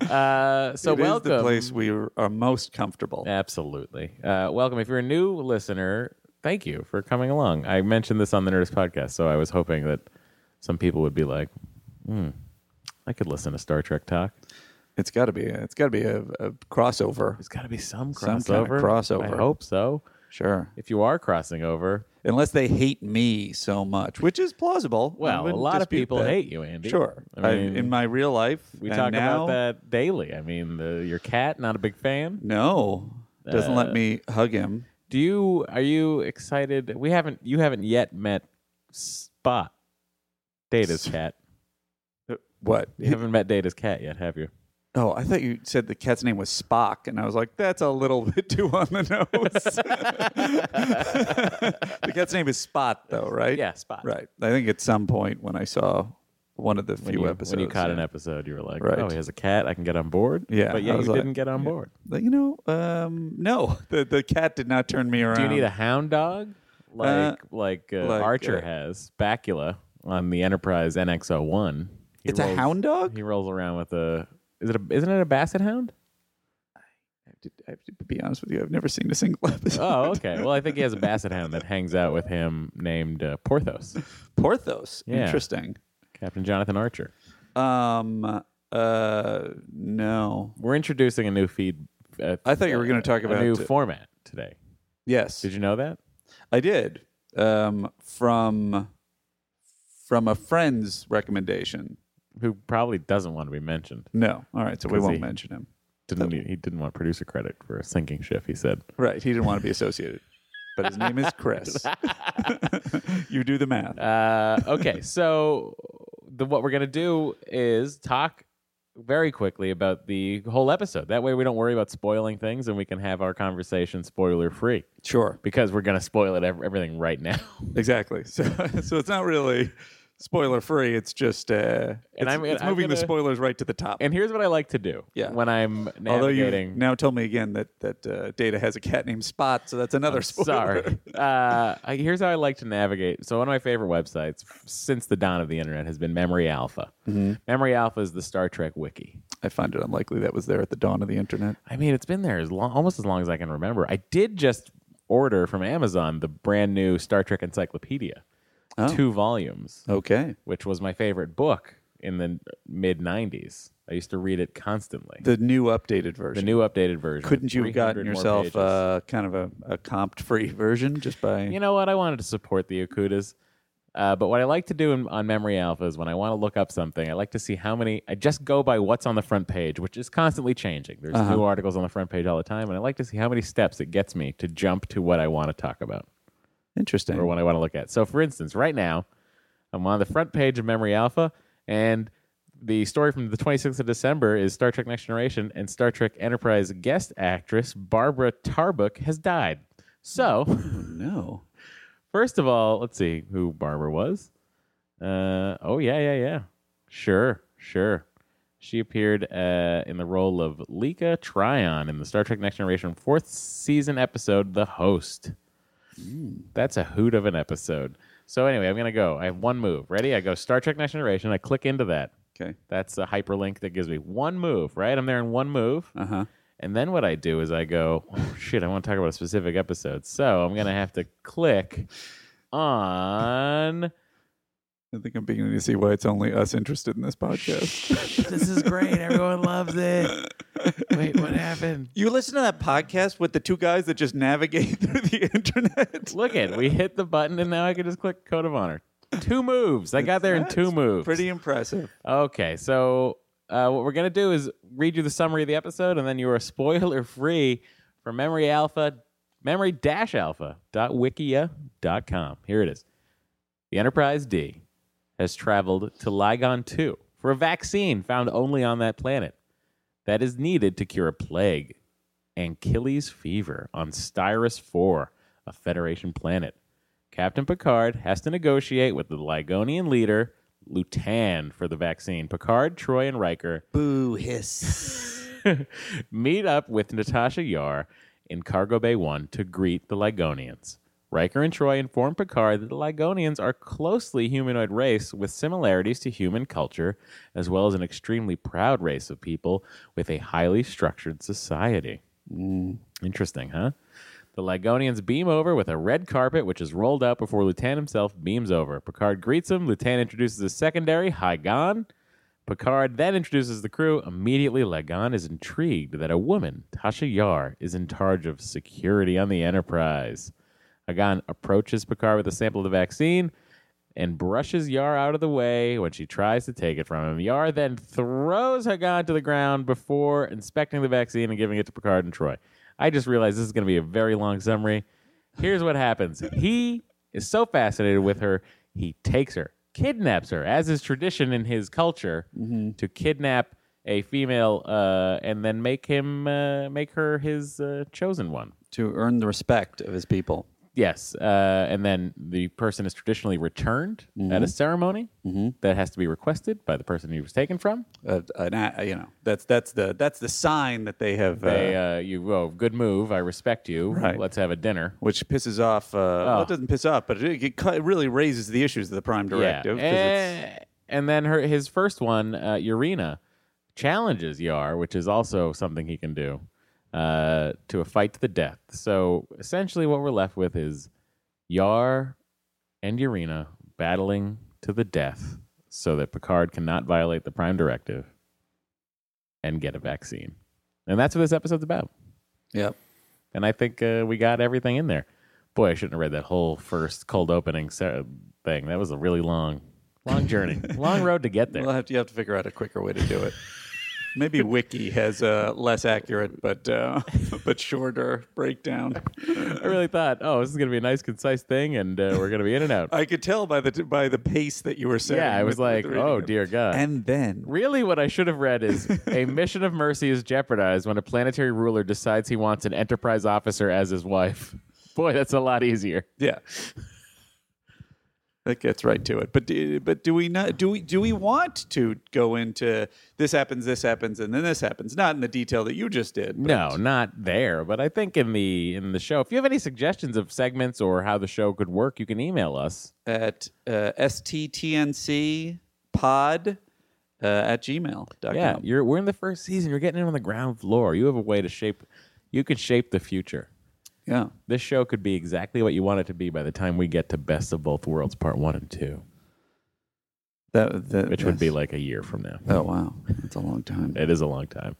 Uh, so It is welcome. the place we are most comfortable. Absolutely. Uh, welcome. If you're a new listener, thank you for coming along. I mentioned this on the Nerdist podcast, so I was hoping that some people would be like, hmm, I could listen to Star Trek talk. It's got to be. It's got to be a, a crossover. There's got to be some crossover. Some kind of crossover. I hope so. Sure. If you are crossing over, Unless they hate me so much, which is plausible. I well, a wouldn't lot of dispute people that. hate you, Andy. Sure. I mean, I, in my real life, we and talk now, about that daily. I mean, the, your cat, not a big fan. No, doesn't Uh, let me hug him. Do you? Are you excited? We haven't. You haven't yet met Spot, Data's cat. uh, What? You haven't met Data's cat yet, have you? Oh, I thought you said the cat's name was Spock, and I was like, that's a little bit too on the nose. the cat's name is Spot, though, right? Yeah, Spot. Right. I think at some point when I saw one of the When few you, episodes, when you caught an yeah. episode, you were like, Right. "Oh, he has a cat. I can get on board." Yeah, but I yeah, you was like- didn't get on board. Like, you know, um, no, the the cat did not turn me around. Do you need a hound dog like Um, Uh, like, uh, like, Archer uh, has Bacula on the Enterprise NX-01? He It's a rolls- hound dog. He rolls around with a. Is it a? Isn't it a basset hound? I have, to, I have to be honest with you. I've never seen a single episode. Oh, okay. Well, I think he has a basset hound that hangs out with him named uh, Porthos, Porthos. Yeah. Interesting. Captain Jonathan Archer. Um. Uh. No. We're introducing a new feed. Uh, I thought you were going to talk a about new format today. yes. Did you know that? I did um, from from a friend's recommendation. Who probably doesn't want to be mentioned. No, all right, so we Because won't he- mention him. Didn't he, he didn't want producer credit for a sinking ship? He said. Right, he didn't want to be associated, but his name is Chris. you do the math. Uh, okay, so the, what we're gonna do is talk very quickly about the whole episode. That way, we don't worry about spoiling things, and we can have our conversation spoiler free Sure, because we're gonna spoil it ev- everything right now. exactly. So, so it's not really spoiler free. It's just uh, it's, I'm- it's I'm moving the gonna- spoilers right to the top. And here's what I like to do Yeah. when I'm Although you navigating. now told me again that that uh, Data has a cat named Spot, so that's another spoiler. Sorry. Uh, I- here's how I like to navigate. So one of my favorite websites f- since the dawn of the internet has been Memory Alpha. Mm-hmm. Memory Alpha is the Star Trek wiki. I find it unlikely that was there at the dawn of the internet. I mean, it's been there as long, almost as long as I can remember. I did just order from Amazon the brand new Star Trek Encyclopedia, Oh. two volumes, Okay. which was my favorite book in the mid '90s. I used to read it constantly. The, The new updated version. new updated version. Couldn't you have 300 gotten more yourself pages. uh, kind of a, a comped free version just by? you know what? I wanted to support the Okudas. Uh, but what I like to do in, on Memory Alpha is when I want to look up something, I like to see how many. I just go by what's on the front page, which is constantly changing. There's new articles on the front page all the time, and I like to see how many steps it gets me to jump to what I want to talk about Interesting. or what I want to look at. So, for instance, right now, I'm on the front page of Memory Alpha, and the story from the 26th of December is Star Trek Next Generation, and Star Trek Enterprise guest actress Barbara Tarbuck has died. So. no. First of all, let's see who Barbara was. Uh, oh yeah, yeah, yeah. Sure, sure. She appeared uh, in the role of Lika Tryon in the Star Trek Next Generation fourth season episode, "The Host." That's a hoot of an episode. So anyway, I'm gonna go. I have one move. Ready? I go Star Trek Next Generation. I click into that. Okay. That's a hyperlink that gives me one move, right? I'm there in one move. Uh huh. And then what I do is I go, oh, shit, I want to talk about a specific episode. So I'm going to have to click on. I think I'm beginning to see why it's only us interested in this podcast. this is great. Everyone loves it. Wait, what happened? you listen to that podcast with the two guys that just navigate through the internet. Look at we hit the button and now I can just click Code of Honor. Two moves. I got there in two moves. Pretty impressive. Okay, so uh, what we're gonna do is read you the summary of the episode, and then you are spoiler free for Memory Alpha, Memory Dash Alpha dot wikia dot com. Here it is. The Enterprise D has traveled to Ligon Two for a vaccine found only on that planet that is needed to cure a plague, Anchilles fever on Styrus Four, a Federation planet. Captain Picard has to negotiate with the Ligonian leader, Lutan, for the vaccine. Picard, Troy, and Riker Boo hiss. meet up with Natasha Yar in Cargo Bay 1 to greet the Ligonians. Riker and Troy inform Picard that the Ligonians are closely humanoid race with similarities to human culture, as well as an extremely proud race of people with a highly structured society. Interesting, huh? The Ligonians beam over with a red carpet, which is rolled out before Lutan himself beams over. Picard greets him. Lutan introduces his secondary, Hygon. Picard then introduces the crew. Immediately, Lagan is intrigued that a woman, Tasha Yar, is in charge of security on the Enterprise. Hagan approaches Picard with a sample of the vaccine and brushes Yar out of the way when she tries to take it from him. Yar then throws Hagan to the ground before inspecting the vaccine and giving it to Picard and Troy. I just realized this is going to be a very long summary. Here's what happens he is so fascinated with her, he takes her, kidnaps her, as is tradition in his culture, to kidnap a female uh, and then make him uh, make her his uh, chosen one. to earn the respect of his people. Yes, uh, and then the person is traditionally returned at a ceremony that has to be requested by the person he was taken from. Uh, an a- you know, that's that's the that's the sign that they have, uh, They, uh, you, oh, good move. I respect you. Right. Let's have a dinner. which pisses off. Uh, Oh. Well, it doesn't piss off, but it, it cu- it really raises the issues of the Prime Directive. 'cause it's- Eh, and then her his first one, uh, Urena, challenges Yar, which is also something he can do, uh, to a fight to the death. So essentially, what we're left with is Yar and Urena battling to the death so that Picard cannot violate the Prime Directive and get a vaccine. And that's what this episode's about. Yep. And I think uh, we got everything in there. Boy, I shouldn't have read that whole first cold opening se- uh, thing. That was a really long, long journey, long road to get there. We'll have to, you have to figure out a quicker way to do it. Maybe Wiki has a less accurate but uh, but shorter breakdown. I really thought, oh, this is going to be a nice, concise thing, and uh, we're going to be in and out. I could tell by the t- by the pace that you were saying. yeah, I was with- with like, reading oh, it. dear God. And then Really, what I should have read is a mission of mercy is jeopardized when a planetary ruler decides he wants an enterprise officer as his wife. Boy, that's a lot easier. Yeah. That gets right to it. But do, but do we not do we do we want to go into this happens, this happens, and then this happens? Not in the detail that you just did. but- No, not there, but I think in the in the show. If you have any suggestions of segments or how the show could work, you can email us At uh, sttnc pod uh, at gmail.com. Yeah, you're we're in the first season. You're getting in on the ground floor. You have a way to shape. You can shape the future. yeah. This show could be exactly what you want it to be by the time we get to Best of Both Worlds Part One and Two, That, that which would be that's- like a year from now. Oh wow, that's a long time. It is a long time.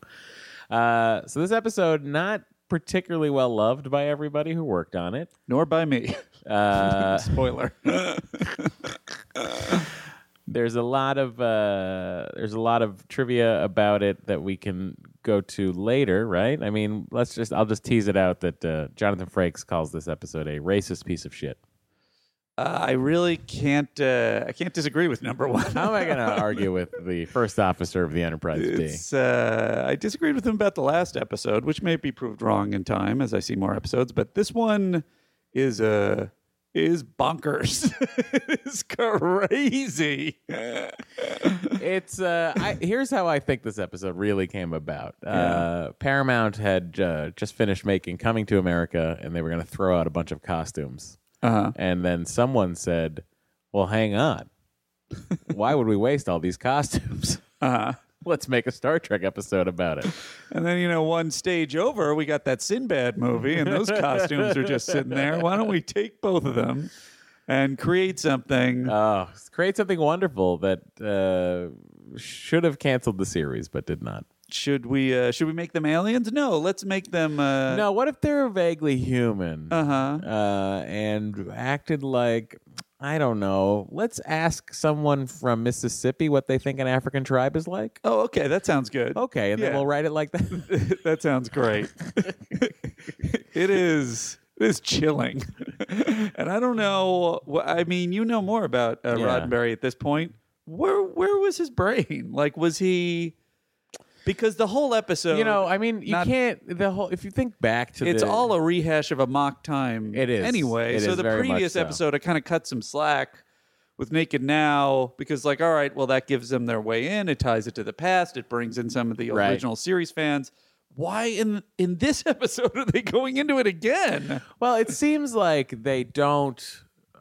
Uh, so this episode not particularly well loved by everybody who worked on it. nor by me. Uh, Spoiler. there's a lot of uh, there's a lot of trivia about it that we can go to later, right? I mean, let's just I'll just tease it out that uh, Jonathan Frakes calls this episode a racist piece of shit. Uh, I really can't. Uh, I can't disagree with number one. How am I going to argue with the first officer of the Enterprise D? It's, uh, I disagreed with him about the last episode, which may be proved wrong in time as I see more episodes. But this one is uh, is bonkers. it's crazy. It's uh, I, here's how I think this episode really came about. Uh, Paramount had uh, just finished making Coming to America, and they were going to throw out a bunch of costumes. Uh-huh. And then someone said, "Well, hang on, why would we waste all these costumes?" Uh-huh. Let's make a Star Trek episode about it. And then, you know, one stage over, we got that Sinbad movie, and those costumes are just sitting there. Why don't we take both of them and create something? Oh, create something wonderful that uh, should have canceled the series but did not. should we uh, should we make them aliens? No, let's make them uh No, what if they're vaguely human uh-huh. uh, and acted like I don't know. Let's ask someone from Mississippi what they think an African tribe is like. Oh, okay, that sounds good. Okay, and then Yeah. we'll write it like that. that sounds great. it is it is chilling. and I don't know wh- I mean, you know more about uh, Yeah. Roddenberry at this point. Where where was his brain? Like was he because the whole episode you know, I mean, you Not- can't the whole. If you think back to it's the, all a rehash of a mock time. It is. Anyway, It so is the very much previous so. episode, I kind of cut some slack with Naked Now because, like, all right, well, that gives them their way in. It ties it to the past. It brings in some of the Right. original series fans. Why in in this episode are they going into it again? Well, it seems like they don't.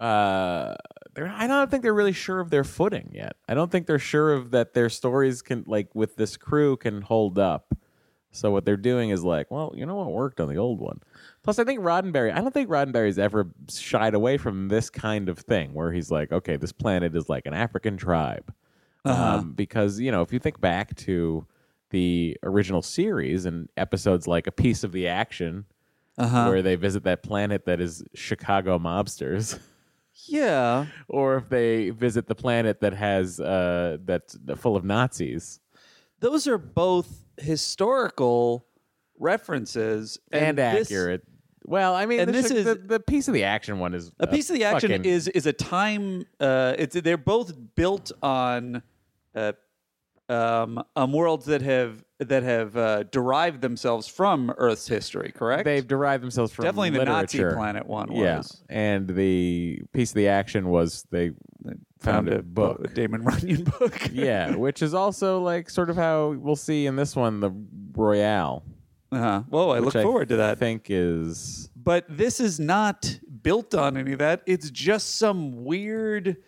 Uh, they're, I don't think they're really sure of their footing yet. I don't think they're sure of that their stories can like with this crew can hold up. So what they're doing is like, well, you know what worked on the old one. Plus, I think Roddenberry. I don't think Roddenberry's ever shied away from this kind of thing where he's like, okay, this planet is like an African tribe, um, because you know if you think back to the original series and episodes like a piece of the action where they visit that planet that is Chicago mobsters, Yeah, or if they visit the planet that has uh, that's full of Nazis. those are both historical references and, this- accurate. Well, I mean, and the, this chi- is- the, the piece of the action one is a piece of the action fucking- is is a time uh it's they're both built on uh um um worlds that have that have uh derived themselves from earth's history correct they've derived themselves from definitely the nazi literature. planet one was Yeah, and the piece of the action was they found, a book. a damon runyon book yeah, which is also like sort of how we'll see in this one the Royale. uh-huh. whoa i which look forward to that think is but this is not built on any of that it's just some weird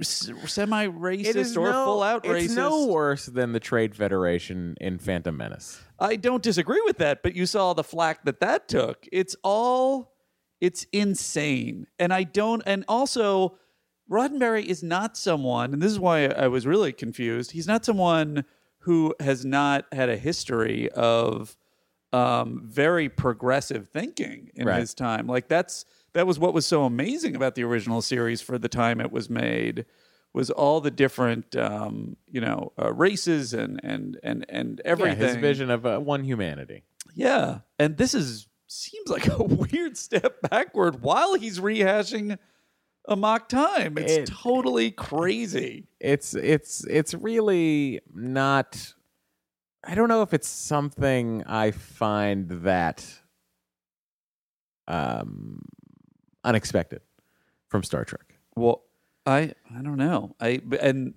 Semi racist or full out racist. It's no worse than the Trade Federation in Phantom Menace. I don't disagree with that, but you saw the flack that that took. It's all, it's insane. And I don't, and also, Roddenberry is not someone, and this is why I was really confused. He's not someone who has not had a history of um, very progressive thinking in Right. his time. Like that's that was what was so amazing about the original series for the time it was made was all the different um, you know uh, races and and and and Yeah, everything. his vision of uh, one humanity. Yeah. And this is seems like a weird step backward while he's rehashing a mock time. It's It- totally crazy. It's it's it's really not. I don't know if it's something I find that um unexpected from Star Trek. Well, I I don't know. I b- and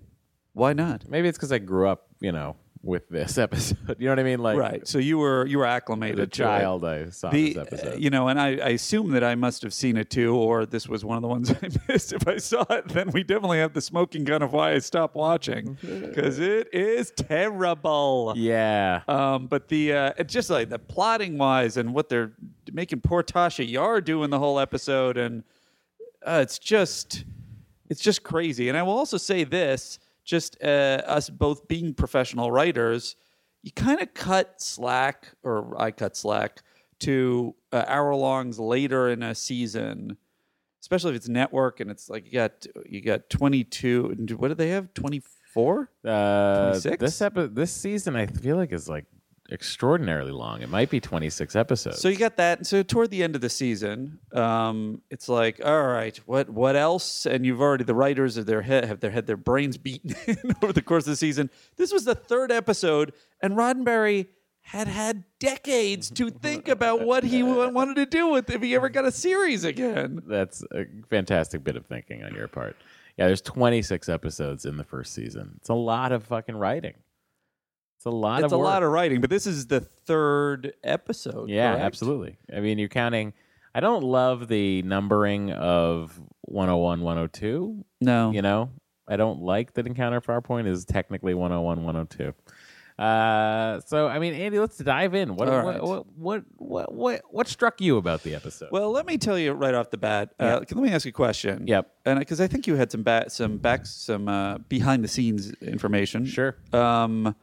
why not? Maybe it's because I grew up, you know, with this episode. You know what I mean? Like Right. So you were you were acclimated as a to it. child, I saw The, this episode. uh, you know, and I, I assume that I must have seen it too, or this was one of the ones I missed. If I saw it, then we definitely have the smoking gun of why I stopped watching because it is terrible. yeah. Um, but the uh, it's just like the plotting wise and what they're making poor Tasha Yar do in the whole episode, and uh, it's just it's just crazy. And I will also say this: just uh, us both being professional writers, you kind of cut slack, or I cut slack to uh, hour longs later in a season. Especially if it's network and it's like you got you got twenty two. What do they have? Twenty four. Uh, 26? this epi- this season I feel like is like extraordinarily long. It might be 26 episodes. So you got that. So toward the end of the season, um, it's like, all right, what what else? And you've already the writers of their head have their had their brains beaten in over the course of the season. This was the third episode, and Roddenberry had had decades to think about what he wa- wanted to do with if he ever got a series again. That's a fantastic bit of thinking on your part. Yeah, there's 26 episodes in the first season. It's a lot of fucking writing. It's a lot It's of a work. lot of writing, but this is the third episode. Yeah, correct? absolutely. I mean, you're counting I oh don't love the numbering of 101, 102, No, you know? I don't like that Encounter at Farpoint is technically 101, 102. Uh, so I mean, Andy, let's dive in. What All what, right. what, what what what what struck you about the episode? Well, let me tell you right off the bat. Uh, let me ask you a question. Yep. And because I think you had some ba- some back some uh, behind the scenes information. Sure. Um,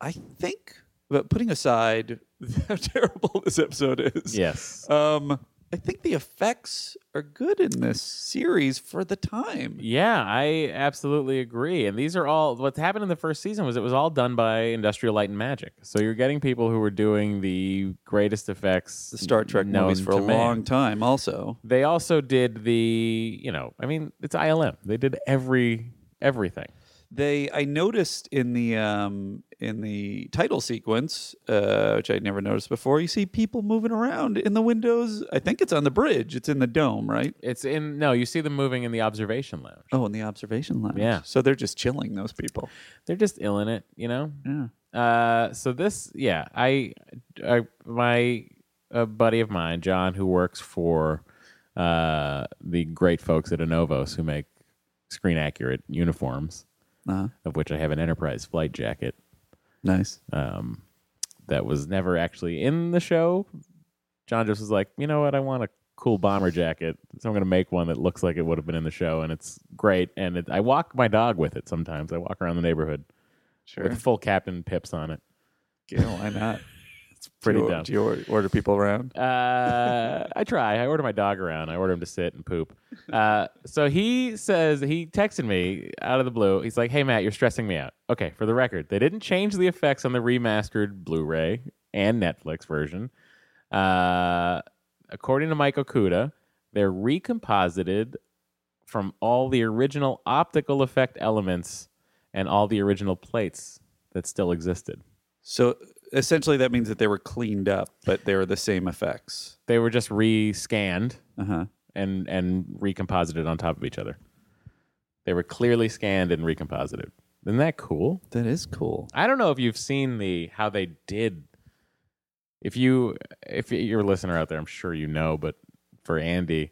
I think, but putting aside how terrible this episode is. yes. Um, I think the effects are good in this series for the time. Yeah, I absolutely agree. And these are all what happened in the first season was it was all done by Industrial Light and Magic. So you're getting people who were doing the greatest effects, The Star Trek known movies for a to man. long time. Also, They also did the, you know, I mean, it's ILM. They did every everything. they I noticed in the um, in the title sequence, uh, which I'd never noticed before. You see people moving around in the windows. I think it's on the bridge. It's in the dome, right? It's in no, you see them moving in the observation lounge. Oh, in the observation lounge. Yeah. So they're just chilling. Those people. They're just ill in it, you know. Yeah. Uh, so this, yeah, I, I my a buddy of mine, John, who works for uh, the great folks at Anovos who make screen accurate uniforms, Uh, of which I have an Enterprise flight jacket nice. um, that was never actually in the show. John just was like, you know what, I want a cool bomber jacket, so I'm going to make one that looks like it would have been in the show, and it's great. And it, I walk my dog with it sometimes. I walk around the neighborhood Sure. with a full captain pips on it. Yeah, why not? it's pretty do you, dumb. Do you or- order people around? Uh, I try. I order my dog around. I order him to sit and poop. Uh, so he says he texted me out of the blue. He's like, "Hey Matt, you're stressing me out." Okay, for the record, they didn't change the effects on the remastered Blu-ray and Netflix version. Uh, according to Mike Okuda, they're recomposited from all the original optical effect elements and all the original plates that still existed. So essentially, that means that they were cleaned up, but they were the same effects. They were just re-scanned. Uh huh. and and recomposited on top of each other. They were clearly scanned and recomposited. Isn't that cool? That is cool. I don't know if you've seen the how they did. If you if you're a listener out there, I'm sure you know, but for Andy,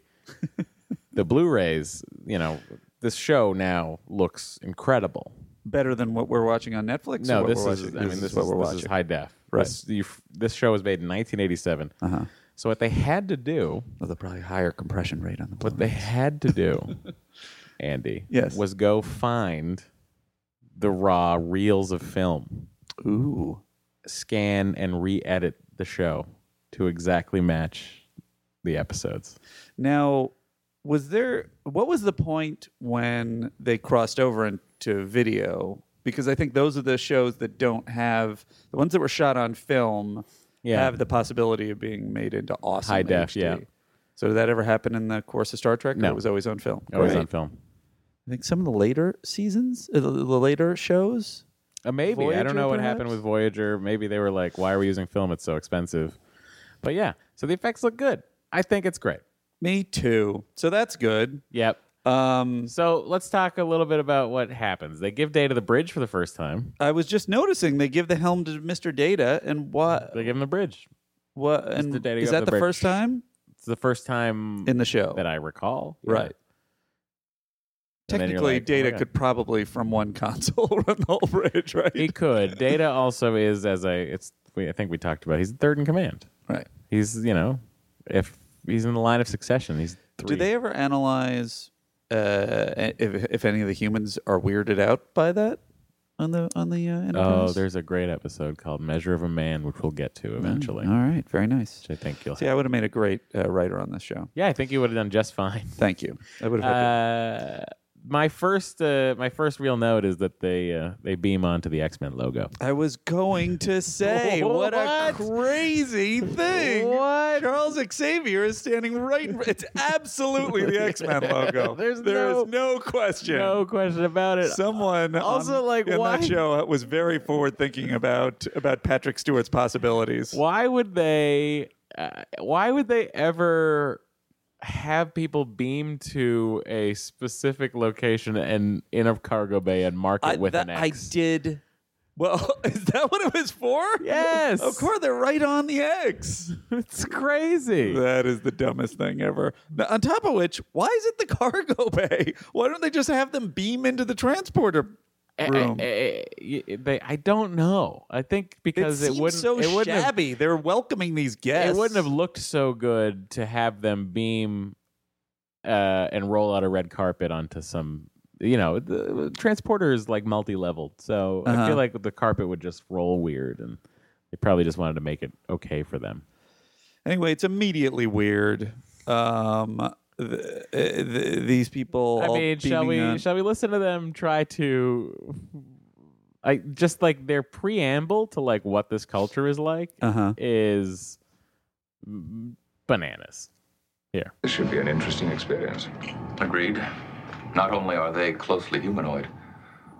the Blu-rays, you know, this show now looks incredible. Better than what we're watching on Netflix. or No, what this we're is watching- I mean this, is, what we're this watching. is high def. Right. This, you, this show was made in 1987. Uh-huh. So what they had to do With a probably higher compression rate on the What they had to do, Andy, Yes. was go find the raw reels of film, Ooh. scan and re-edit the show to exactly match the episodes. Now, was there what was the point when they crossed over into video? Because I think those are the shows that don't have the ones that were shot on film Yeah. have the possibility of being made into awesome High def, HD. yeah. So did that ever happen in the course of Star Trek? or No. it was always on film. Always Great. on film. I think some of the later seasons, uh, the, the later shows. Uh, maybe I Voyager, don't know what happened perhaps? with Voyager. Maybe they were like, "Why are we using film? It's so expensive." But yeah, so the effects look good. I think it's great. Me too. So that's good. Yep. Um, So let's talk a little bit about what happens. They give Data the bridge for the first time. I was just noticing they give the helm to Mr. Data, and what? They give him the bridge. What? And Data is got that the the, bridge. first time It's the first time in the show? that I recall. Yeah. Right. And then you're Technically, like, oh my data God. could probably from one console run the whole bridge, right? He could. Data also is as I it's we, I think we talked about. He's third in command. right. He's you know if he's in the line of succession, he's three. Do they ever analyze uh, if if any of the humans are weirded out by that on the on the uh, Oh, Enterprise? there's a great episode called "Measure of a Man," which we'll get to eventually. Mm, All right, very nice. Which I think you'll. See, I would have made a great uh, writer on this show. Yeah, I think you would have done just fine. Thank you. I would have. Uh, my first, uh, my first real note is that they uh, they beam onto the X Men logo. I was going to say what, a What? crazy thing. What? Charles Xavier is standing right in it's absolutely the X-Men logo. There's There is no- no question. No question about it. Someone Also, on- like, in why- that show was very forward thinking about about Patrick Stewart's possibilities. why would they uh, why would they ever have people beam to a specific location and in a cargo bay and mark it I, with that- an I X? did Well, is that what it was for? Yes. Of course, they're right on the eggs. It's crazy. That is the dumbest thing ever. Now, on top of which, why is it the cargo bay? Why don't they just have them beam into the transporter Eh, eh, room? eh, eh, eh, they- I don't know. I think because it, seems wouldn't so it wouldn't have shabby. They're welcoming these guests. it wouldn't have looked so good to have them beam uh, and roll out a red carpet onto some you know the transporter is like multi-leveled so i Uh-huh. feel like the carpet would just roll weird and they probably just wanted to make it okay for them Anyway, it's immediately weird. Um, th- th- th- these people. i all mean shall beaming we on- shall we listen to them try to i just like their preamble to like what this culture is like Uh-huh. is mm, bananas This should be an interesting experience. Agreed. Not only are they closely humanoid,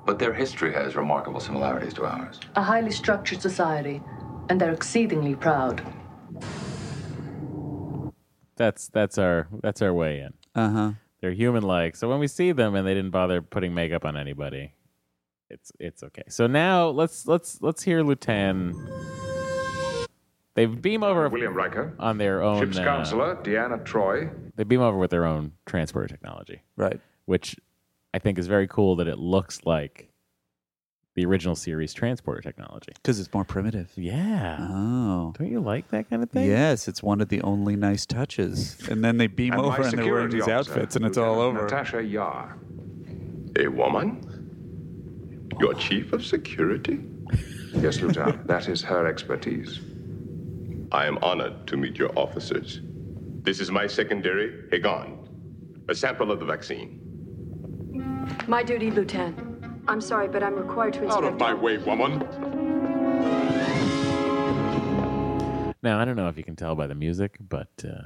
but their history has remarkable similarities to ours. a highly structured society, and they're exceedingly proud. that's that's our that's our way in Uh huh. uh-huh. they're human like. So when we see them and they didn't bother putting makeup on anybody, it's it's okay. So now let's let's let's hear Lutan. They beam over William Riker, on their own. ship's uh, counselor, Deanna Troy. they beam over with their own transporter technology, Right. which I think is very cool. That it looks like the original series transporter technology. Because it's more primitive. Yeah, Uh-huh. Oh. don't you like that kind of thing? Yes, it's one of the only nice touches. And then they beam And my over and they're wearing security these officer, outfits, and it's all Lieutenant over. Natasha Yar. A woman? Your chief of security? Yes, Lieutenant, that is her expertise. I am honored to meet your officers. This is my secondary, Hagon, a sample of the vaccine. My duty, Lieutenant. I'm sorry, but I'm required to Out inspect. of my way, woman! Now I don't know if you can tell by the music, but uh,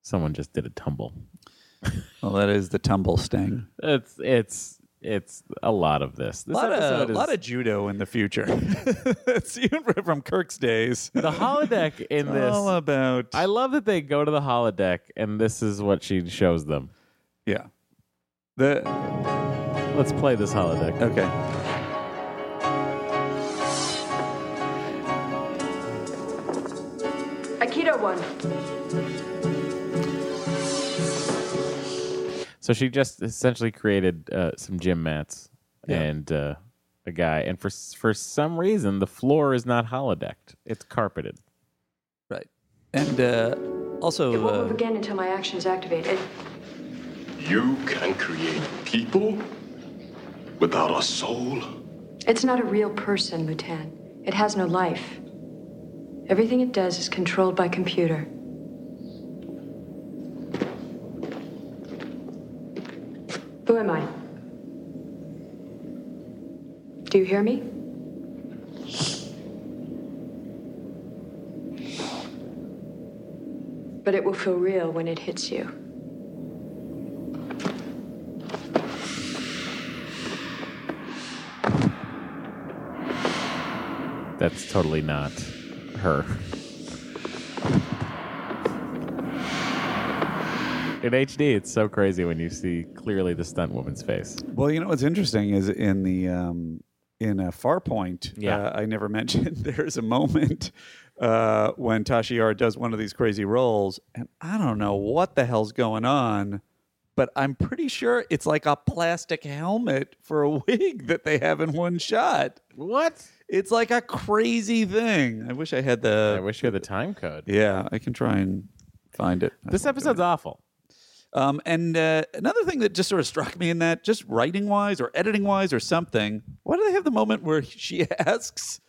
someone just did a tumble. Well, that is the tumble sting. It's it's it's a lot of this. This A lot episode of, is lot of judo in the future. it's even from Kirk's days. the holodeck in this. all about. I love that they go to the holodeck and this is what she shows them. yeah. The Let's play this holodeck. okay. Aikido one. So she just essentially created uh, some gym mats and uh, a guy, and for s- for some reason the floor is not holodecked; it's carpeted. Right. And uh, It also, won't move uh, again until my action's activated. You can create people without a soul? It's not a real person, Lieutenant. It has no life. Everything it does is controlled by computer. Who am I? Do you hear me? But it will feel real when it hits you. That's totally not her. In HD, it's so crazy when you see clearly the stunt woman's face. Well, you know what's interesting is in the um, in a far point. Yeah. uh, I never mentioned there's a moment uh, when Tasha Yar does one of these crazy rolls, and I don't know what the hell's going on, but I'm pretty sure it's like a plastic helmet for a wig that they have in one shot. What? It's like a crazy thing. I wish I had the. I wish you had the time code. yeah, I can try and find it. This episode's awful. Um, and uh, another thing that just sort of struck me in that, just writing wise or editing wise or something, why do they have the moment where she asks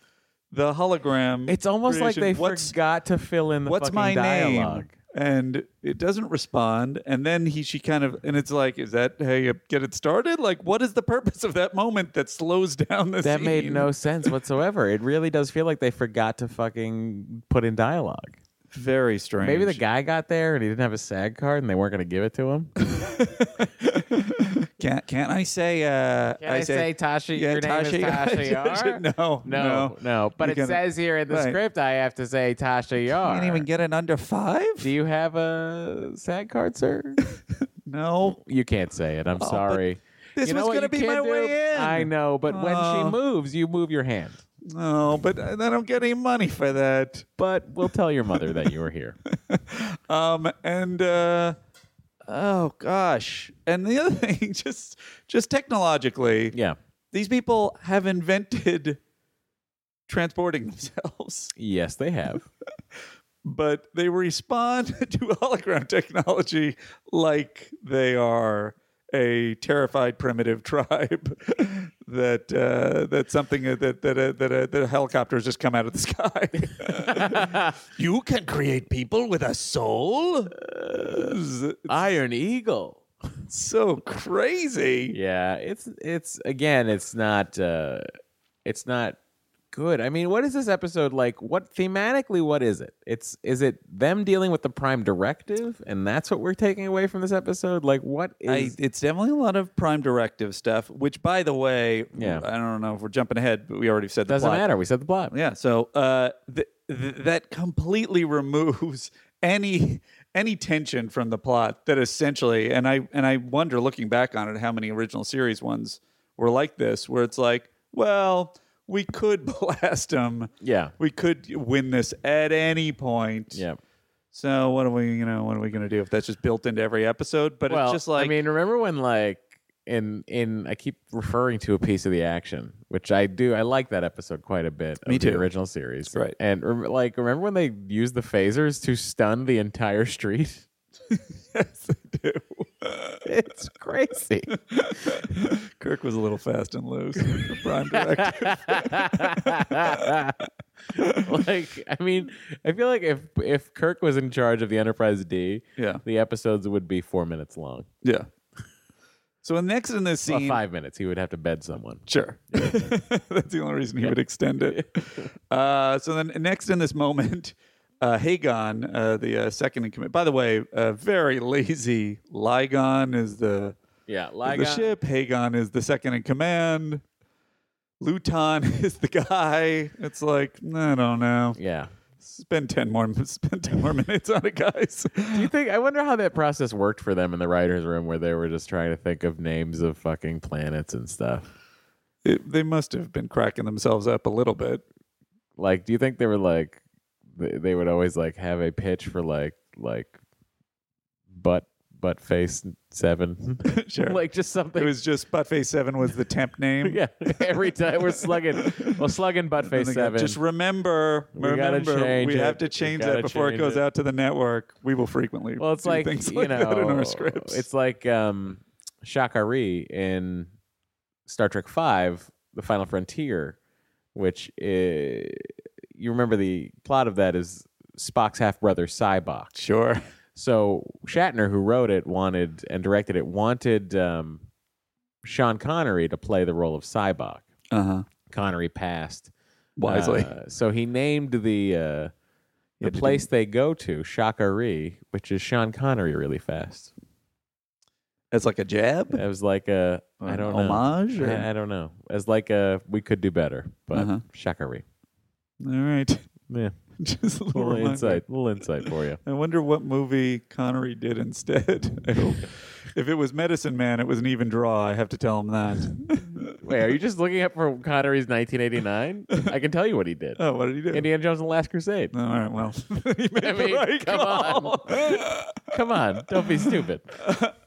the hologram? It's almost like creation, they what's, forgot to fill in the What's fucking my dialogue. name? And it doesn't respond. And then he, she kind of, and it's like, is that how you get it started? Like, what is the purpose of that moment that slows down the That made scene? no sense whatsoever. It really does feel like they forgot to fucking put in dialogue. very strange. Maybe the guy got there and he didn't have a SAG card and they weren't going to give it to him. Can't can't I say? Uh, Can I say Tasha- Yeah, your name is Tasha Yar? No, No, no. But You it can- says here in the Right. script, I have to say Tasha Yar. Can't even get an under five. Do you have a SAG card, sir? No. you can't say it. I'm sorry. Oh, this You know what was gonna you be can my do? way in. I know, but when Oh. she moves, you move your hand. No, but I I don't get any money for that. But we'll tell your mother that you were here. Um, and uh, oh gosh, and the other thing, just just technologically, Yeah. these people have invented transporting themselves, Yes, they have. but they respond to hologram technology like they are a terrified primitive tribe that uh, that something that that uh, that, uh, that helicopters just come out of the sky. you can create people with a soul. Iron Eagle. so crazy. Yeah, it's it's again, it's not uh it's not good. I mean, what is this episode like? What thematically what is it? It's is it them dealing with the prime directive and that's what we're taking away from this episode? Like what I, is it's definitely a lot of prime directive stuff, which, by the way, Yeah. I don't know if we're jumping ahead, but we already said the doesn't plot. matter. We said the plot. Yeah, so uh, th- th- that completely removes any any tension from the plot. That essentially, and I and I wonder, looking back on it, how many original series ones were like this, where it's like, well, we could blast them, Yeah. we could win this at any point, Yeah. So what are we, you know, what are we going to do if that's just built into every episode? But well, it's just like, I mean, remember when like in in I keep referring to a piece of the action, which I do. I like that episode quite a bit. of Me The too. original series, right. And rem- like, remember when they used the phasers to stun the entire street? yes, I do. It's crazy. Kirk was a little fast and loose. with the Prime directive. like, I mean, I feel like if if Kirk was in charge of the Enterprise D, Yeah. the episodes would be four minutes long. Yeah. So next in this Well, scene, five minutes. He would have to bed someone. Sure. That's the only reason he would extend it. Uh, so then next in this moment, uh, Hagon, uh, the uh, second in command. By the way, uh, very lazy. Ligon is the Yeah, uh, the ship. Hagon is the second in command. Luton is the guy. It's like I don't know. Yeah. Spend ten more. Spend ten more minutes on it, guys. Do you think? I wonder how that process worked for them in the writers' room, where they were just trying to think of names of fucking planets and stuff. It- they must have been cracking themselves up a little bit. Like, do you think they were like, they, they would always like have a pitch for like like butt butt face seven, sure. like just something. it was just Buttface Seven was the temp name. yeah, every time we're slugging, we're slugging butt face And they go, seven. Just remember, We gotta remember, change we have it. to We change gotta that before it change goes it. out to the network. We will frequently. well, it's do like, things you like know, that in our scripts. it's like um, Shakari in Star Trek Five, The Final Frontier, which i you remember the plot of that is Spock's half brother Cybok. sure. So Shatner, who wrote it, wanted and directed it, wanted um, Sean Connery to play the role of Cybok. Uh huh. Connery passed Wisely. Uh, so he named the uh, the place they go to Shakari, which is Sean Connery really fast. It's like a jab. It was like a I An don't homage, know. or- I, I don't know. As like a we could do better, but Uh-huh. Shakari. All right. Yeah, Just a little, little reminder. insight, little insight for you. I wonder what movie Connery did instead. I hope. if it was Medicine Man, it was an even draw. I have to tell him that. Wait, are you just looking up for Connery's 1989? I can tell you what he did. oh, what did he do? Indiana Jones and the Last Crusade. All right. Well, he made I the mean, right come call. Come on, don't be stupid.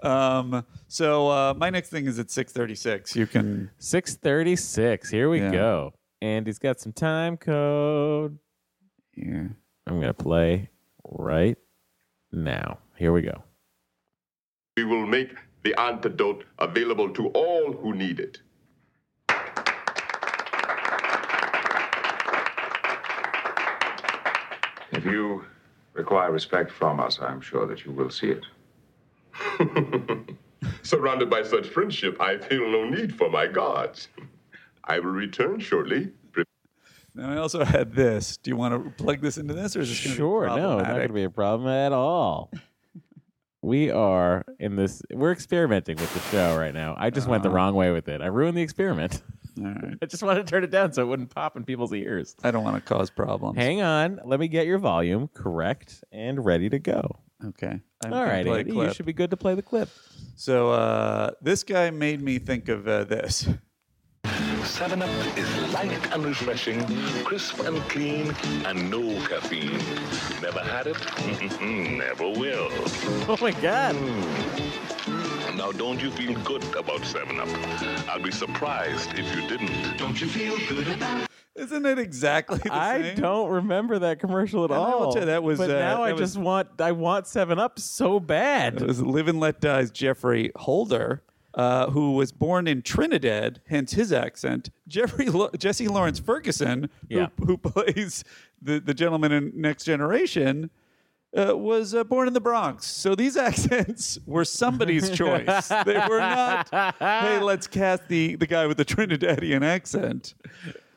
Um, so uh, my next thing is at six thirty-six. You can 636. Here we Yeah. go. And he's got some time code. here. I'm going to play right now. Here we go. We will make the antidote available to all who need it. If you require respect from us, I'm sure that you will see it. Surrounded by such friendship, I feel no need for my gods. I will return shortly. Pre- Now I also had this. Do you want to plug this into this, or is this gonna Sure, Be no, not going to problematic? be a problem at all. We are in this. We're experimenting with the show right now. I just went the wrong way with it. I ruined the experiment. Uh-huh. All right. I just wanted to turn it down so it wouldn't pop in people's ears. I don't want to cause problems. Hang on. Let me get your volume correct and ready to go. Okay. I'm All gonna right, play a Andy, you clip. should be good to play the clip. So uh, this guy made me think of uh, this. 7 Up is light and refreshing, crisp and clean, and no caffeine. Never had it? Mm-mm-mm, Never will. Oh my god. Now, don't you feel good about 7 Up? I'd be surprised if you didn't. Don't you feel good about Isn't it exactly the I same? don't remember that commercial at And I will all. tell you, that was, But uh, now I that was- just want I want Seven Up so bad. It was Live and Let Die's Jeffrey Holder, uh, who was born in Trinidad, hence his accent. Jeffrey Lo- Jesse Lawrence Ferguson, Yeah. who, who plays the, the gentleman in Next Generation, uh, was uh, born in the Bronx. So these accents were somebody's choice. They were not, hey, let's cast the, the guy with the Trinidadian accent.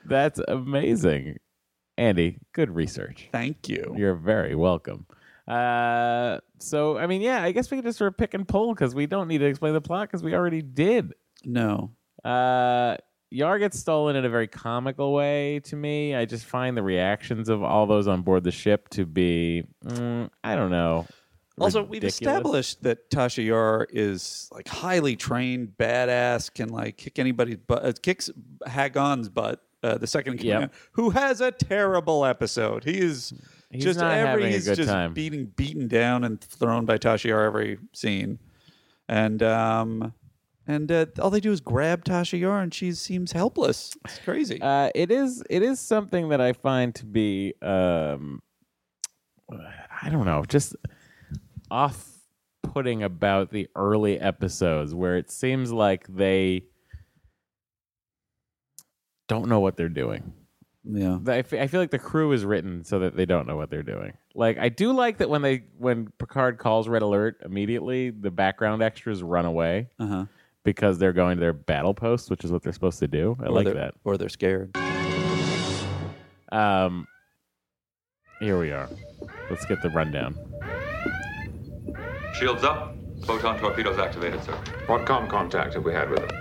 That's amazing, Andy. Good research. Thank you. You're very welcome. Uh, so I mean, yeah, I guess we can just sort of pick and pull because we don't need to explain the plot because we already did. No. Uh, Yar gets stolen in a very comical way to me. I just find the reactions of all those on board the ship to be, mm, I don't know. Also, we've ridiculous. established that Tasha Yar is like highly trained, badass, can like kick anybody's butt, uh, kicks Hagon's butt, uh, the second in Yep. command, who has a terrible episode. He is He's just not every having a he's good just time. beating beaten down and thrown by Tasha Yar every scene, and um and uh, all they do is grab Tasha Yar and she seems helpless. It's crazy. Uh, it is it is something that I find to be um, I don't know, just off putting about the early episodes where it seems like they don't know what they're doing. yeah, I fe- I feel like the crew is written so that they don't know what they're doing. Like I do like that when they when Picard calls red alert immediately, the background extras run away uh huh. because they're going to their battle posts, which is what they're supposed to do. I like that. Or they're scared. Um, here we are. Let's get the rundown. Shields up. Photon torpedoes activated, sir. What com contact have we had with them?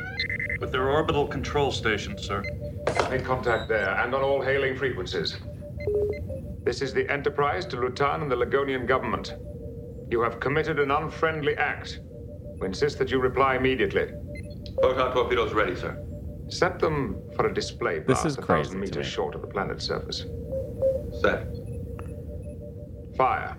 With their orbital control station, sir. Make contact there and on all hailing frequencies. This is the Enterprise to Lutan and the Lagonian government. You have committed an unfriendly act. We insist that you reply immediately. Photon torpedoes ready, sir. Set them for a display blast is a crazy thousand to meters me. short of the planet's surface. Set. Fire.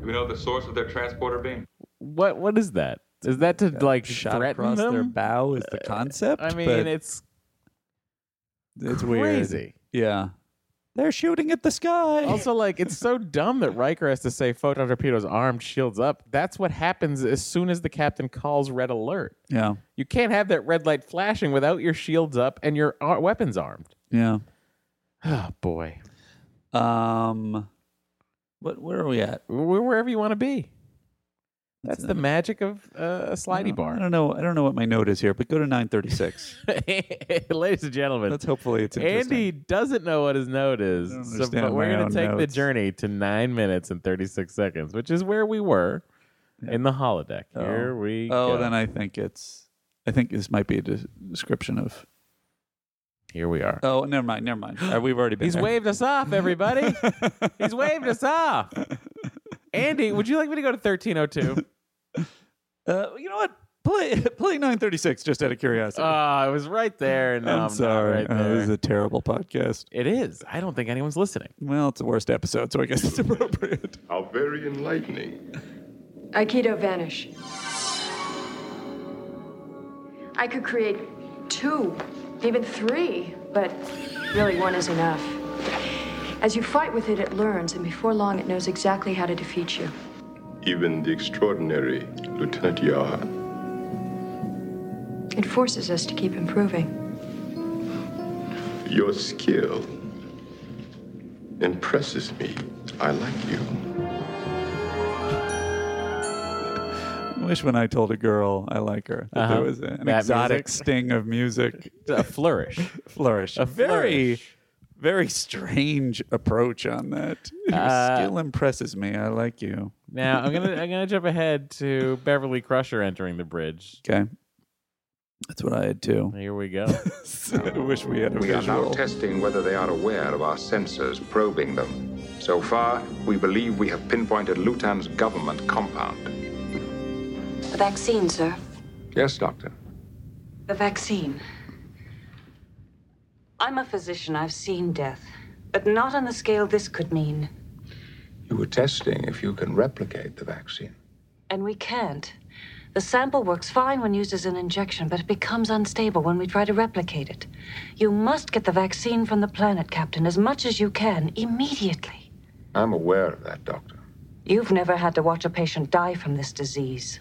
Do we know the source of their transporter beam? What what is that? Is that to like Shot threaten across their them? bow is the concept. I mean, but- it's It's crazy. Yeah. They're shooting at the sky. Also, like it's so dumb that Riker has to say photon torpedoes armed, shields up. That's what happens as soon as the captain calls red alert. yeah. You can't have that red light flashing without your shields up and your ar- weapons armed. Yeah. Oh boy, Um what where are we at? We're wherever you want to be. That's the magic of uh, a slidey I bar. don't know. I don't know what my note is here, but go to 936. Ladies and gentlemen, Let's hopefully it's interesting. Andy doesn't know what his note is, don't so, understand but we're my going own to take the notes. journey to nine minutes and thirty six seconds, which is where we were in the holodeck. Here we Oh, go. then I think it's I think this might be a de- description of Here we are. Oh, never mind, never mind. Uh, we've already been He's there. waved us off, everybody. He's waved us off. Andy, would you like me to go to thirteen oh two? uh, you know what? Play play 936 just out of curiosity. Oh, I was right there. No, I'm, I'm, not sorry. right Uh, there. this is a terrible podcast. it is. I don't think anyone's listening. Well, it's the worst episode, so I guess it's appropriate. How very enlightening. Aikido vanish. I could create two, even three, but really one is enough. As you fight with it, it learns, and before long, it knows exactly how to defeat you. Even the extraordinary Lieutenant Yar. It forces us to keep improving. Your skill impresses me. I like you. I wish when I told a girl I like her that there Uh-huh. was a- an That exotic music. sting of music A flourish. flourish. A very, very strange approach on that. Your Uh, skill impresses me. I like you. Now I'm gonna I'm gonna jump ahead to Beverly Crusher entering the bridge. Okay, that's what I had too. Here we go. I wish we had a We are now visual. testing whether they are aware of our sensors probing them. So far, we believe we have pinpointed Lutan's government compound. The vaccine, sir. Yes, Doctor. The vaccine. I'm a physician. I've seen death, but not on the scale this could mean. You were testing if you can replicate the vaccine. And we can't. The sample works fine when used as an injection, but it becomes unstable when we try to replicate it. You must get the vaccine from the planet, Captain, as much as you can, immediately. I'm aware of that, Doctor. You've never had to watch a patient die from this disease.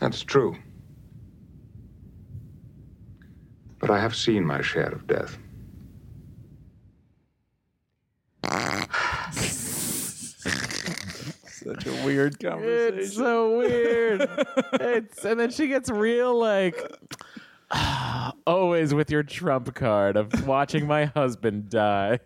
That's true. But I have seen my share of death. Such a weird conversation. It's uh, so weird. it's and then she gets real like always with your trump card of watching my husband die.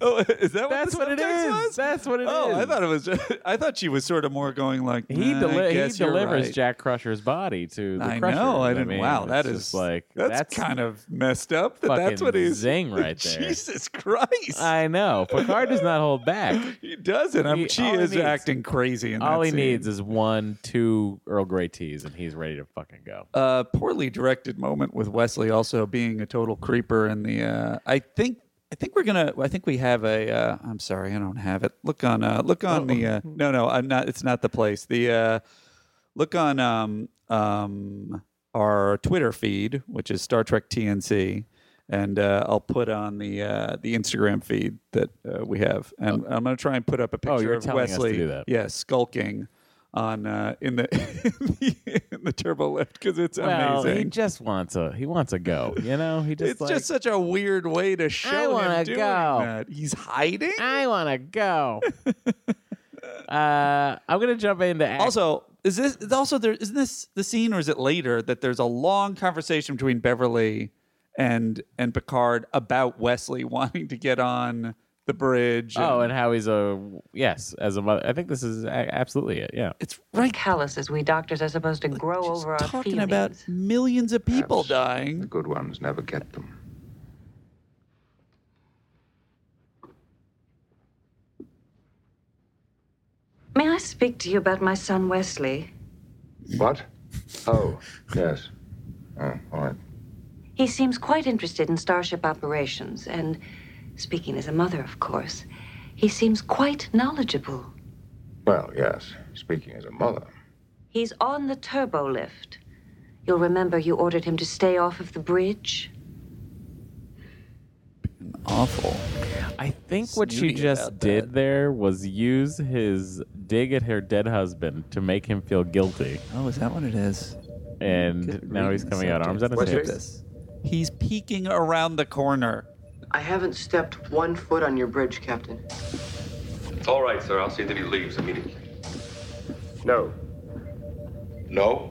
Oh, is that what That's the what it subtext is. was? That's what it oh, I is. thought it was. I thought she was sort of more going like He, "Nah, I deli- he guess you're delivers right." Jack Crusher's body to the I Crusher. know. I didn't. mean, wow, it's that just is like that's, kind of messed up. That that's fucking what he's zing right there. Jesus Christ! I know. Picard does not hold back. he doesn't. I mean, He- she all he is needs- acting crazy. In All that he scene. needs is one, two Earl Grey teas, and he's ready to fucking go. a poorly directed moment with Wesley also being a total creeper in the uh, I think I think we're gonna I think we have a uh, I'm sorry I don't have it look on uh, look on the uh, no no I'm not it's not the place the uh, look on um, um, our Twitter feed which is Star Trek TNC and uh, I'll put on the uh, the Instagram feed that uh, we have and I'm gonna try and put up a picture Oh, you're of telling us to Wesley do that. yeah skulking. On uh, in the in the, in the turbo lift because it's Well, amazing. he just wants a he wants a go. You know, he just It's like, just such a weird way to show wanna him doing go. that. He's hiding. I want to go. uh, I'm gonna jump into act- Also, is this is also there? Isn't this the scene, or is it later that there's a long conversation between Beverly and and Picard about Wesley wanting to get on the bridge? Oh, and how he's a yes as a mother. I think this is a- absolutely it. Yeah, it's right Calluses we doctors are supposed to grow over our talking feelings. about millions of people Perhaps The dying. good ones never get them. May I speak to you about my son Wesley? What? Oh, yes. Oh, all right. He seems quite interested in starship operations, and speaking as a mother, of course, he seems quite knowledgeable. Well, yes. Speaking as a mother. He's on the turbo lift. You'll remember you ordered him to stay off of the bridge. Awful. I think what she snooty just about did that. there was use his dig at her dead husband to make him feel guilty, Oh, is that what it is? and Good now he's reading coming out arms out subject. his Look hips. at this. He's peeking around the corner. I haven't stepped one foot on your bridge, Captain. All right, sir. I'll see that he leaves immediately. No. No?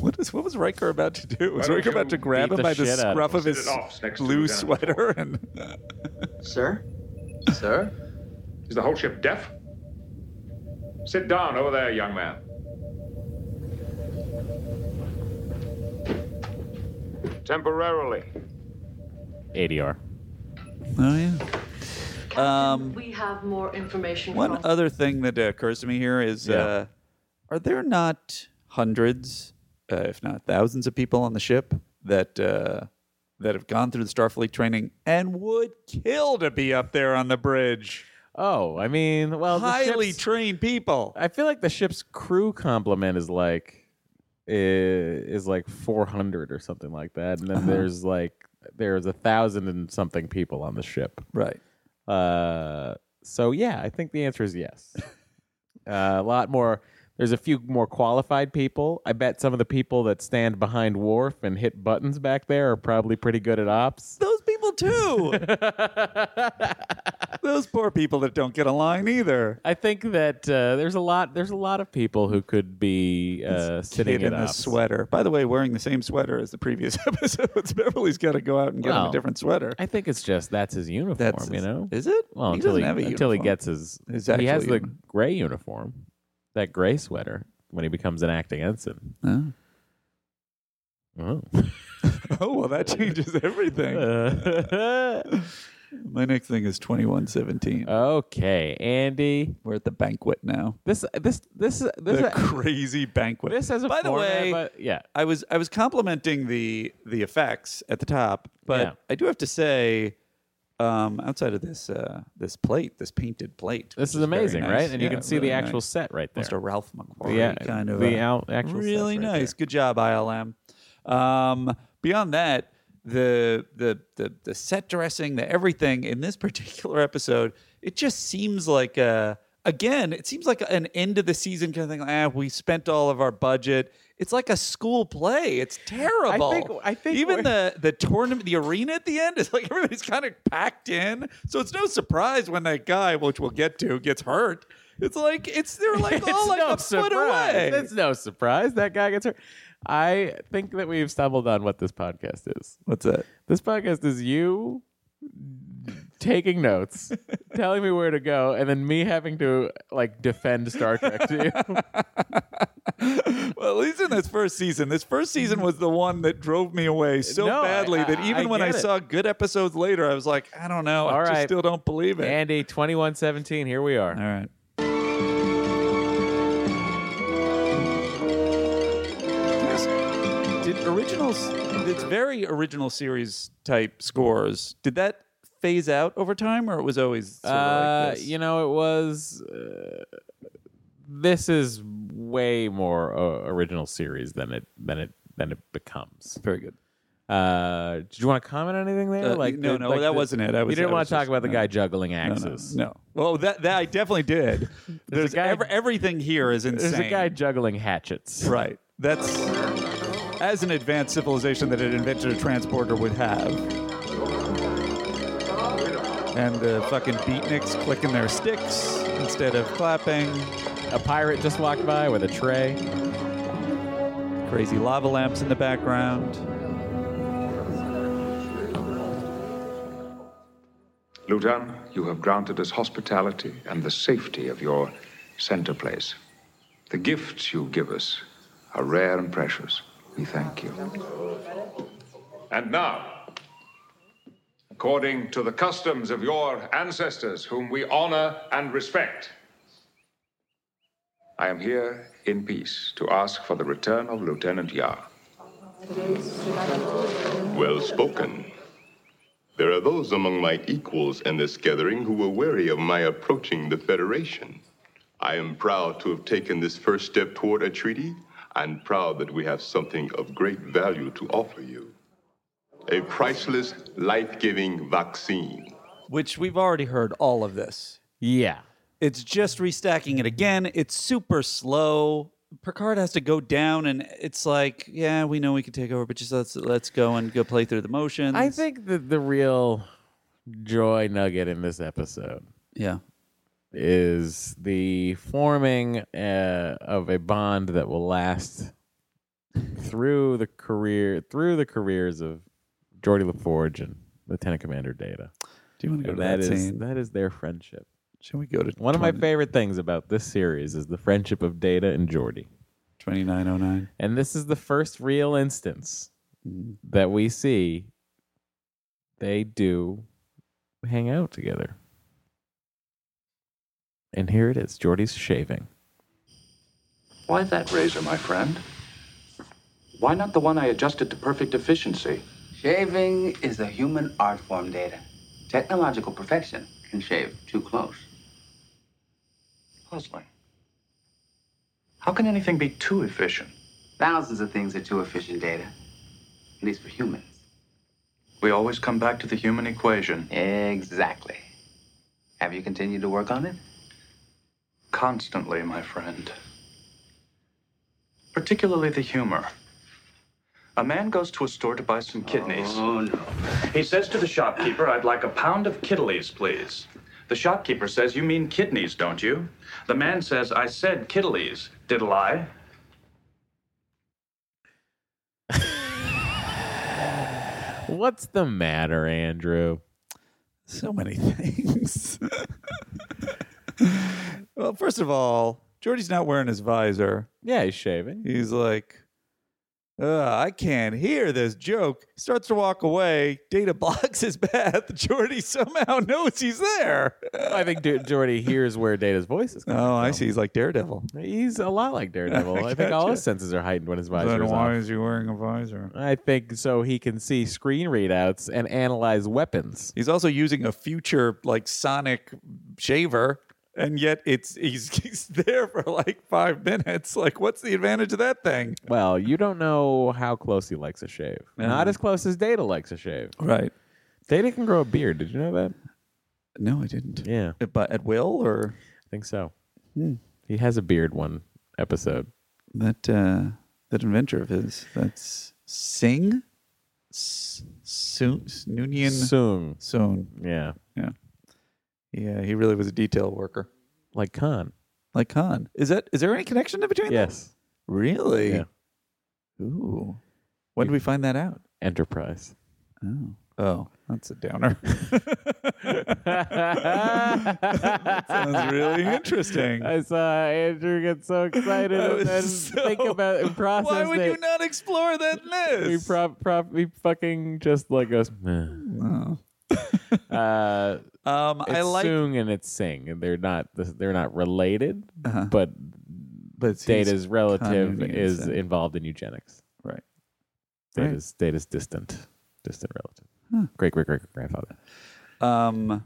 What is what was Riker about to do? Was don't Riker you about to grab beat him the by the shit out of scruff him? of Sit his it off next to blue Lieutenant sweater? And Sir? Sir? Is the whole ship deaf? Sit down over there, young man. Temporarily. ADR. oh yeah. Um, we have more information. One from- other thing that occurs to me here is: Yeah. uh, Are there not hundreds, uh, if not thousands, of people on the ship that uh, that have gone through the Starfleet training and would kill to be up there on the bridge? Oh, I mean, well, the Highly ship's- trained people. I feel like the ship's crew complement is like i- is like 400 or something like that, and then Uh-huh. there's like there's a thousand and something people on the ship. Right. Uh, so yeah, I think the answer is yes. uh, a lot more. There's a few more qualified people. I bet some of the people that stand behind Worf and hit buttons back there are probably pretty good at ops. Those people too. Those poor people that don't get a line either. I think that uh, there's a lot. There's a lot of people who could be uh, sitting kid in at a ops. sweater. By the way, wearing the same sweater as the previous episodes. Beverly's got to go out and get him Well, a different sweater. I think it's just that's his uniform. That's you know. Is it? well, until doesn't he have a until he uniform. gets his, His he has actual the uniform. gray uniform, that gray sweater when he becomes an acting ensign. Oh. Oh. Oh well, that changes everything. Uh, My next thing is twenty one seventeen. Okay, Andy. We're at the banquet now. This this this this the crazy banquet. This has a By the format, way, but- yeah. I was I was complimenting the the effects at the top, but Yeah. I do have to say, um, outside of this uh, this plate, this painted plate, This which is very amazing, nice. right? And you Yeah, can see really the actual nice. set right there. Almost a Ralph McQuarrie Yeah, kind of the a- al- actual set's really right nice. Good job, ILM. Um, beyond that, the, the the the set dressing, the everything in this particular episode, it just seems like a again, it seems like an end of the season kind of thing. Ah, we spent all of our budget. It's like a school play. It's terrible. I think even we're- the the tournament, the arena at the end is like everybody's kind of packed in. So it's no surprise when that guy, which we'll get to, gets hurt. It's like it's they're like it's all like no a foot surprise. away. It's no surprise that guy gets hurt. I think that we've stumbled on what this podcast is. What's that? This podcast is you taking notes, telling me where to go, and then me having to like defend Star Trek to you. Well, at least in this first season, this first season was the one that drove me away so No, I- badly that I- even I when I get it. saw good episodes later, I was like, I don't know, I All just right. still don't believe it. Andy, twenty-one seventeen. Here we are. All right. Did originals, its very original series type scores, did that phase out over time or it was always sort of Uh, like this? you know, it was. Uh, this is way more uh, original series than it than it than it becomes. Very good. Uh, did you want to comment on anything there? Uh, like no, the- no, like that the- wasn't it. I was- you didn't I want was to talk just- about the no. guy juggling No, no, axes. No. Well, that, that I definitely did. There's, guy- ever- everything here is insane. There's a guy juggling hatchets. Right. That's as an advanced civilization that had invented a transporter would have. And the fucking beatniks clicking their sticks instead of clapping. A pirate just walked by with a tray. Crazy lava lamps in the background. Lutan, you have granted us hospitality and the safety of your center place. The gifts you give us are rare and precious. We thank you. And now, according to the customs of your ancestors, whom we honor and respect, I am here in peace to ask for the return of Lieutenant Yar. Well spoken. There are those among my equals in this gathering who were wary of my approaching the Federation. I am proud to have taken this first step toward a treaty, and proud that we have something of great value to offer you a priceless, life giving vaccine. Which we've already heard all of this. Yeah. It's just restacking it again. It's super slow. Picard has to go down, and it's like, yeah, we know we can take over, but just let's let's go and go play through the motions. I think that the real joy nugget in this episode yeah, is the forming uh, of a bond that will last through the career through the careers of Geordie LaForge and Lieutenant Commander Data. Do you want to go to That that, is scene? that is their friendship. Shall we go to One of my 20 favorite things about this series is the friendship of Data and Geordie. 2909? And this is the first real instance Mm. that we see they do hang out together. And here it is. Jordy's shaving. Why that razor, my friend? Why not the one I adjusted to perfect efficiency? Shaving is a human art form, Data. Technological perfection can shave too close. Puzzling. How can anything be too efficient? Thousands of things are too efficient, Data. At least for humans. We always come back to the human equation. Exactly. Have you continued to work on it? Constantly, my friend. Particularly the humor. A man goes to a store to buy some kidneys. Oh, no. He says to the shopkeeper, I'd like a pound of kiddlies, please. The shopkeeper says, You mean kidneys, don't you? The man says, I said kiddlies. Diddle I? What's the matter, Andrew? So many things. well, first of all, Jordy's not wearing his visor. Yeah, he's shaving. He's like, Ugh, I can't hear this joke. Starts to walk away. Data blocks his path. Jordy somehow knows he's there. I think D- Jordy hears where Data's voice is coming Oh, I see. He's like Daredevil. He's a lot like Daredevil. I think Gotcha. all his senses are heightened when his visor Then is why off. is he wearing a visor? I think so he can see screen readouts and analyze weapons. He's also using a future like sonic shaver, and yet it's he's, he's there for like five minutes. Like, what's the advantage of that thing? Well, you don't know how close he likes a shave. Not as close as Data likes a shave. Right. Data can grow a beard. Did you know that? No, I didn't. Yeah. But at will or I think so. Hmm. He has a beard one episode. that uh that adventure of his. That's Sing? S- Soon Noonian Soon. Soon. Yeah. Yeah. Yeah, he really was a detail worker. Like Khan. Like Khan. Is that is there any connection in between them? Yes. Really? Yeah. Ooh. When did we find that out? Enterprise. Oh. Oh, that's a downer. that sounds really interesting. I saw Andrew get so excited That and was then so- think about it and process Why would it. you not explore that we list? prop prop we fucking just like us. No. Uh, Oh. Um, it's I like, Soong and it's Sing, and they're not they're not related, Uh-huh. but but it's- he's Data's relative convenient, is so- involved in eugenics. right. Right. Data's Data's distant, distant relative. Huh. Great great great grandfather. Um,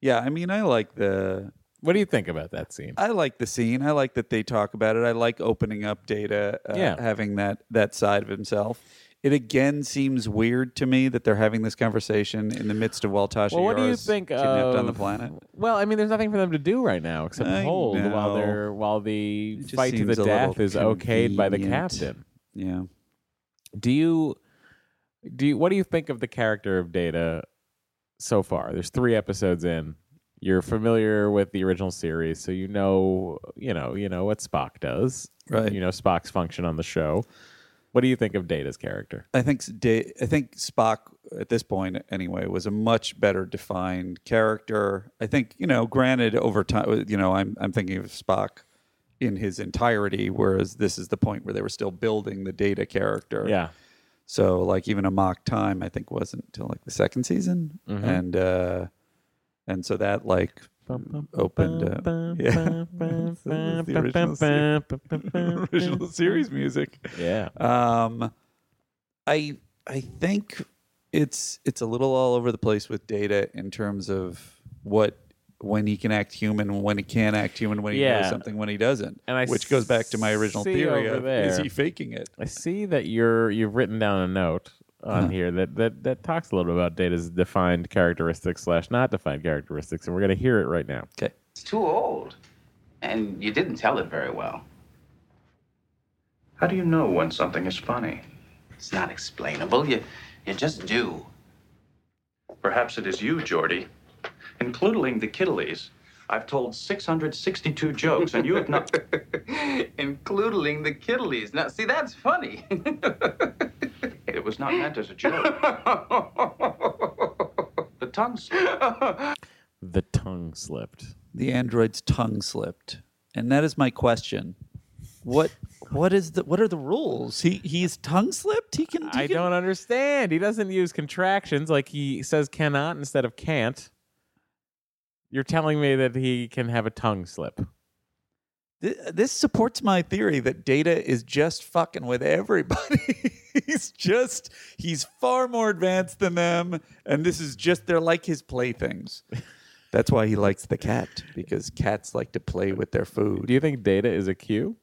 yeah, I mean, I like the What do you think about that scene? I like the scene. I like that they talk about it. I like opening up data, uh, Yeah. having that that side of himself. It again seems weird to me that they're having this conversation in the midst of Waltasha Well, what do you Yara's think kidnapped on the of- planet. Well, I mean, there's nothing for them to do right now except I hold while know. they're while the just fight to the seems a little death is okayed by the convenient. captain. Yeah. Do you do you, what do you think of the character of Data so far? There's three episodes in. You're familiar with the original series, so you know you know you know what Spock does. Right. You know Spock's function on the show. What do you think of Data's character? I think s- da- I think Spock at this point anyway was a much better defined character. I think you know, granted, over time, you know, I'm I'm thinking of Spock in his entirety, whereas this is the point where they were still building the data character. Yeah. So like even a mock time, I think wasn't until like the second season, Mhm. and uh and so that like opened up. Yeah, This is the original se- original series music. Yeah. Um, I I think it's it's a little all over the place with data in terms of what when he can act human, when he can't act human, when he Yeah. knows something, when he doesn't. And I which goes back to my original see theory over of there- is he faking it? I see that you're you've written down a note on here that, that that talks a little bit about data's defined characteristics slash not defined characteristics, and we're gonna hear it right now. Okay. It's too old. And you didn't tell it very well. How do you know when something is funny? It's not explainable. You, you just do. Perhaps it is you, Jordy. Including the Kittleys, I've told 662 jokes, and you have not. Including the kittlies. Now, see, that's funny. It was not meant as a joke. The tongue slip. The tongue slipped. The android's tongue slipped, and that is my question. What what is the what are the rules? He he's tongue slipped. He can. He I can- don't understand. He doesn't use contractions like he says cannot instead of can't. You're telling me that he can have a tongue slip. Th- this supports my theory that data is just fucking with everybody he's just he's far more advanced than them and this is just they're like his playthings that's why he likes the cat because cats like to play with their food Do you think data is a cue?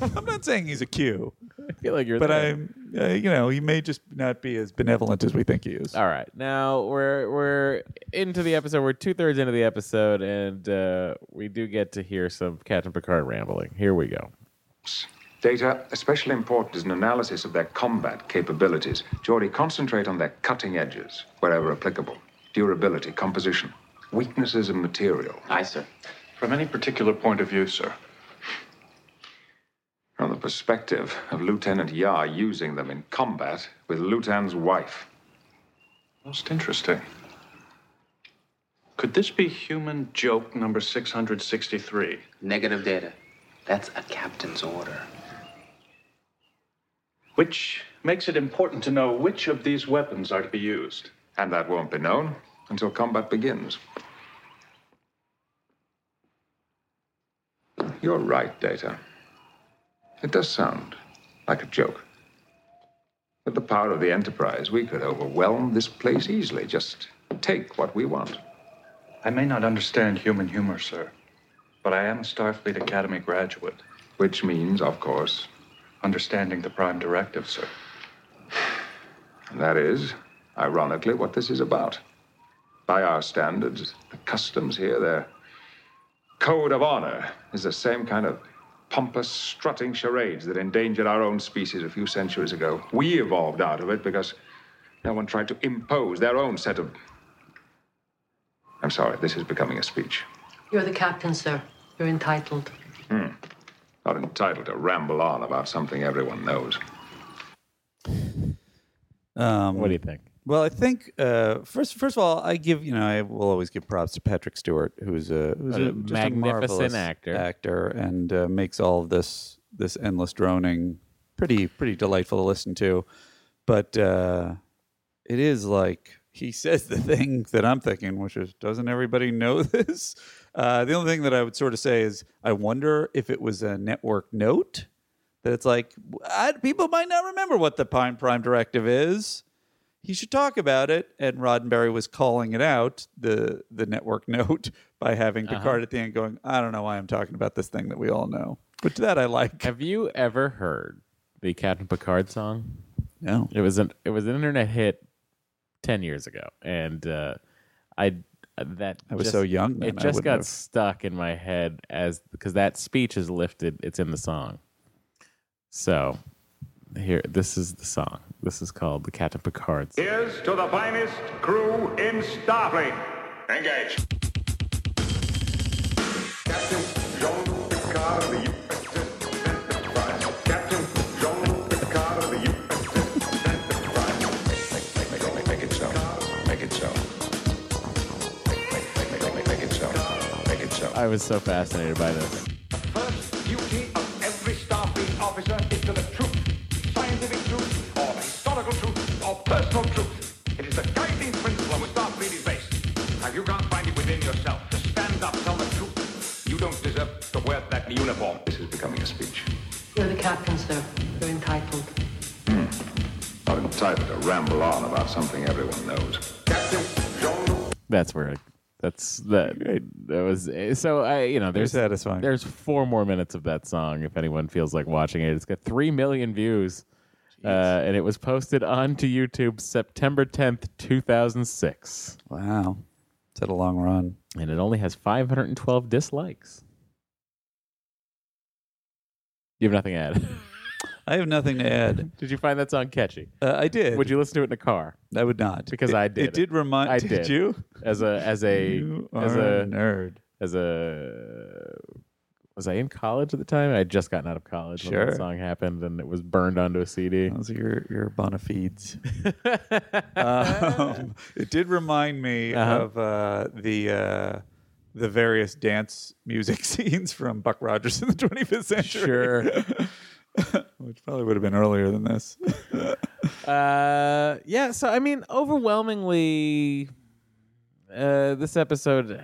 i'm not saying he's a q I feel like you're but there. i'm uh, you know he may just not be as benevolent as we think he is All right, now we're we're into the episode. We're two thirds into the episode, and uh, we do get to hear some Captain Picard rambling. Here we go. Data, especially important is an analysis of their combat capabilities. Geordie, concentrate on their cutting edges, wherever applicable. Durability, composition, weaknesses of material. Aye, sir. From any particular point of view, sir. From the perspective of Lieutenant Yar using them in combat with Lutan's wife. Most interesting. Could this be human joke number 663? Negative data. That's a captain's order. Which makes it important to know which of these weapons are to be used. And that won't be known until combat begins. You're right, Data. It does sound like a joke. With the power of the Enterprise, we could overwhelm this place easily. Just take what we want. I may not understand human humor, sir, but I am a Starfleet Academy graduate. Which means, of course, understanding the Prime Directive, sir. And that is, ironically, what this is about. By our standards, the customs here, their code of honor, is the same kind of pompous, strutting charades that endangered our own species a few centuries ago. We evolved out of it because no one tried to impose their own set of. I'm sorry, this is becoming a speech. You're the captain, sir. You're entitled. Hmm. Not entitled to ramble on about something everyone knows. Um, What do you think? Well, I think uh, first, first of all, I give you know I will always give props to Patrick Stewart, who's a who's What a a, just magnificent marvelous actor. actor, and uh, makes all of this this endless droning pretty pretty delightful to listen to. But uh, it is like he says the thing that I'm thinking, which is, doesn't everybody know this? Uh, the only thing that I would sort of say is, I wonder if it was a network note that it's like I, people might not remember what the Prime Prime Directive is. He should talk about it. And Roddenberry was calling it out the the network note by having Uh-huh. Picard at the end going, I don't know why I'm talking about this thing that we all know. But to that I like. Have you ever heard the Captain Picard song? No. It was an it was an internet hit ten years ago, and uh, I that I was just- so young then, It I just wouldn't got have- stuck in my head as because that speech is lifted. It's in the song. So here, this is the song. This is called the Captain Picard. Song. Here's to the finest crew in Starfleet. Engage. Make it so. Make it so. Make, make, make, make, make it so. Make it so. I was so fascinated by this. Duty of every Starfleet officer is to the truth, scientific truth, or historical truth, or personal truth. It is the guiding principle on which Starfleet is based. Now, you can't find it within yourself to stand up, tell the truth. You don't deserve to wear that uniform. This is becoming a speech. You're the captain, sir. You're entitled. Not entitled to ramble on about something everyone knows. That's where. It, that's that. That was so. I you know there's satisfying. There's four more minutes of that song if anyone feels like watching it. It's got three million views, uh, and it was posted onto YouTube September 10th, 2006. Wow, it's had a long run, and it only has 512 dislikes. You have nothing to add. I have nothing to add. Did you find that song catchy? Uh, I did. Would you listen to it in a car? I would not because It- I did. It did remind. I did, did. you? as a as a You as are a nerd as a was I in college at the time? I had just gotten out of college when Sure. that song happened, and it was burned onto a CD. Those are your your bona fides. um, it did remind me Uh-huh. of uh, the uh, the various dance music scenes from Buck Rogers in the 25th century. Sure, which probably would have been earlier than this. uh, yeah. So I mean, overwhelmingly, uh, this episode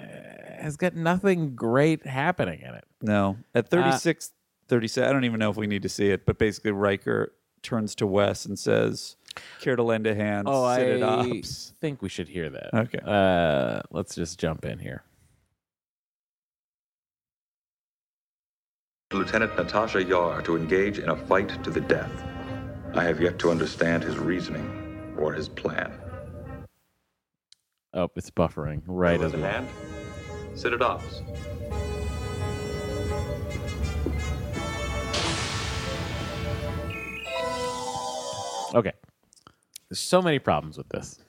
has got nothing great happening in it. No, at Uh, 36, 37. I don't even know if we need to see it, but basically Riker turns to Wes and says, "Care to lend a hand? Oh, Sit it I up." think we should hear that. Okay. Uh, let's just jump in here. Lieutenant Natasha Yar to engage in a fight to the death. I have yet to understand his reasoning or his plan. Oh, it's buffering right as well. Hand. Sit it up. Okay. There's so many problems with this.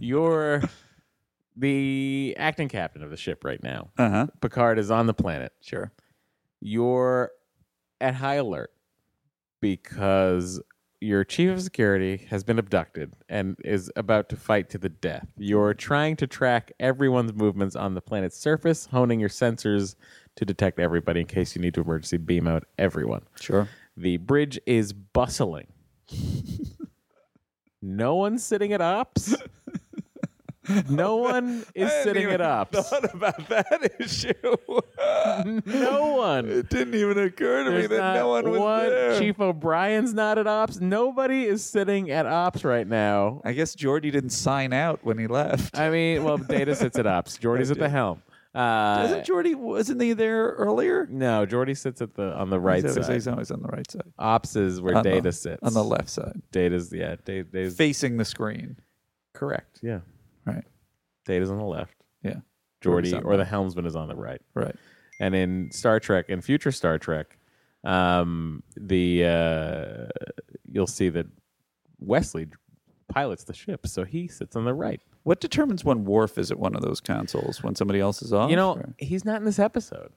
You're the acting captain of the ship right now. Uh-huh. Picard is on the planet. Sure. You're at high alert because your chief of security has been abducted and is about to fight to the death. You're trying to track everyone's movements on the planet's surface, honing your sensors to detect everybody in case you need to emergency beam out everyone. Sure. The bridge is bustling. no one's sitting at ops. No one is I hadn't sitting even at ops. Thought about that issue. no one. It didn't even occur to There's me that not no one was there. Chief O'Brien's not at ops. Nobody is sitting at ops right now. I guess Jordy didn't sign out when he left. I mean, well, Data sits at ops. Jordy's at the helm. Uh, Doesn't Jordy? Wasn't he there earlier? No, Jordy sits at the on the right He's always- side. he's always on the right side. Ops is where On the- Data sits on the left side. Data's yeah, Data, Data's Facing the screen. correct. Yeah, Right. Data's on the left. Yeah. Jordy Jordy's on or the helmsman is on the right. Right. And in Star Trek, in future Star Trek, um, the uh, you'll see that Wesley pilots the ship, so he sits on the right. What determines when Worf is at one of those consoles? When somebody else is off? You know, or- he's not in this episode.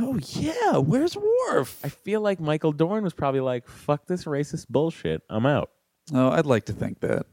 Oh yeah, where's Worf? I feel like Michael Dorn was probably like, "Fuck this racist bullshit, I'm out." Oh, I'd like to think that.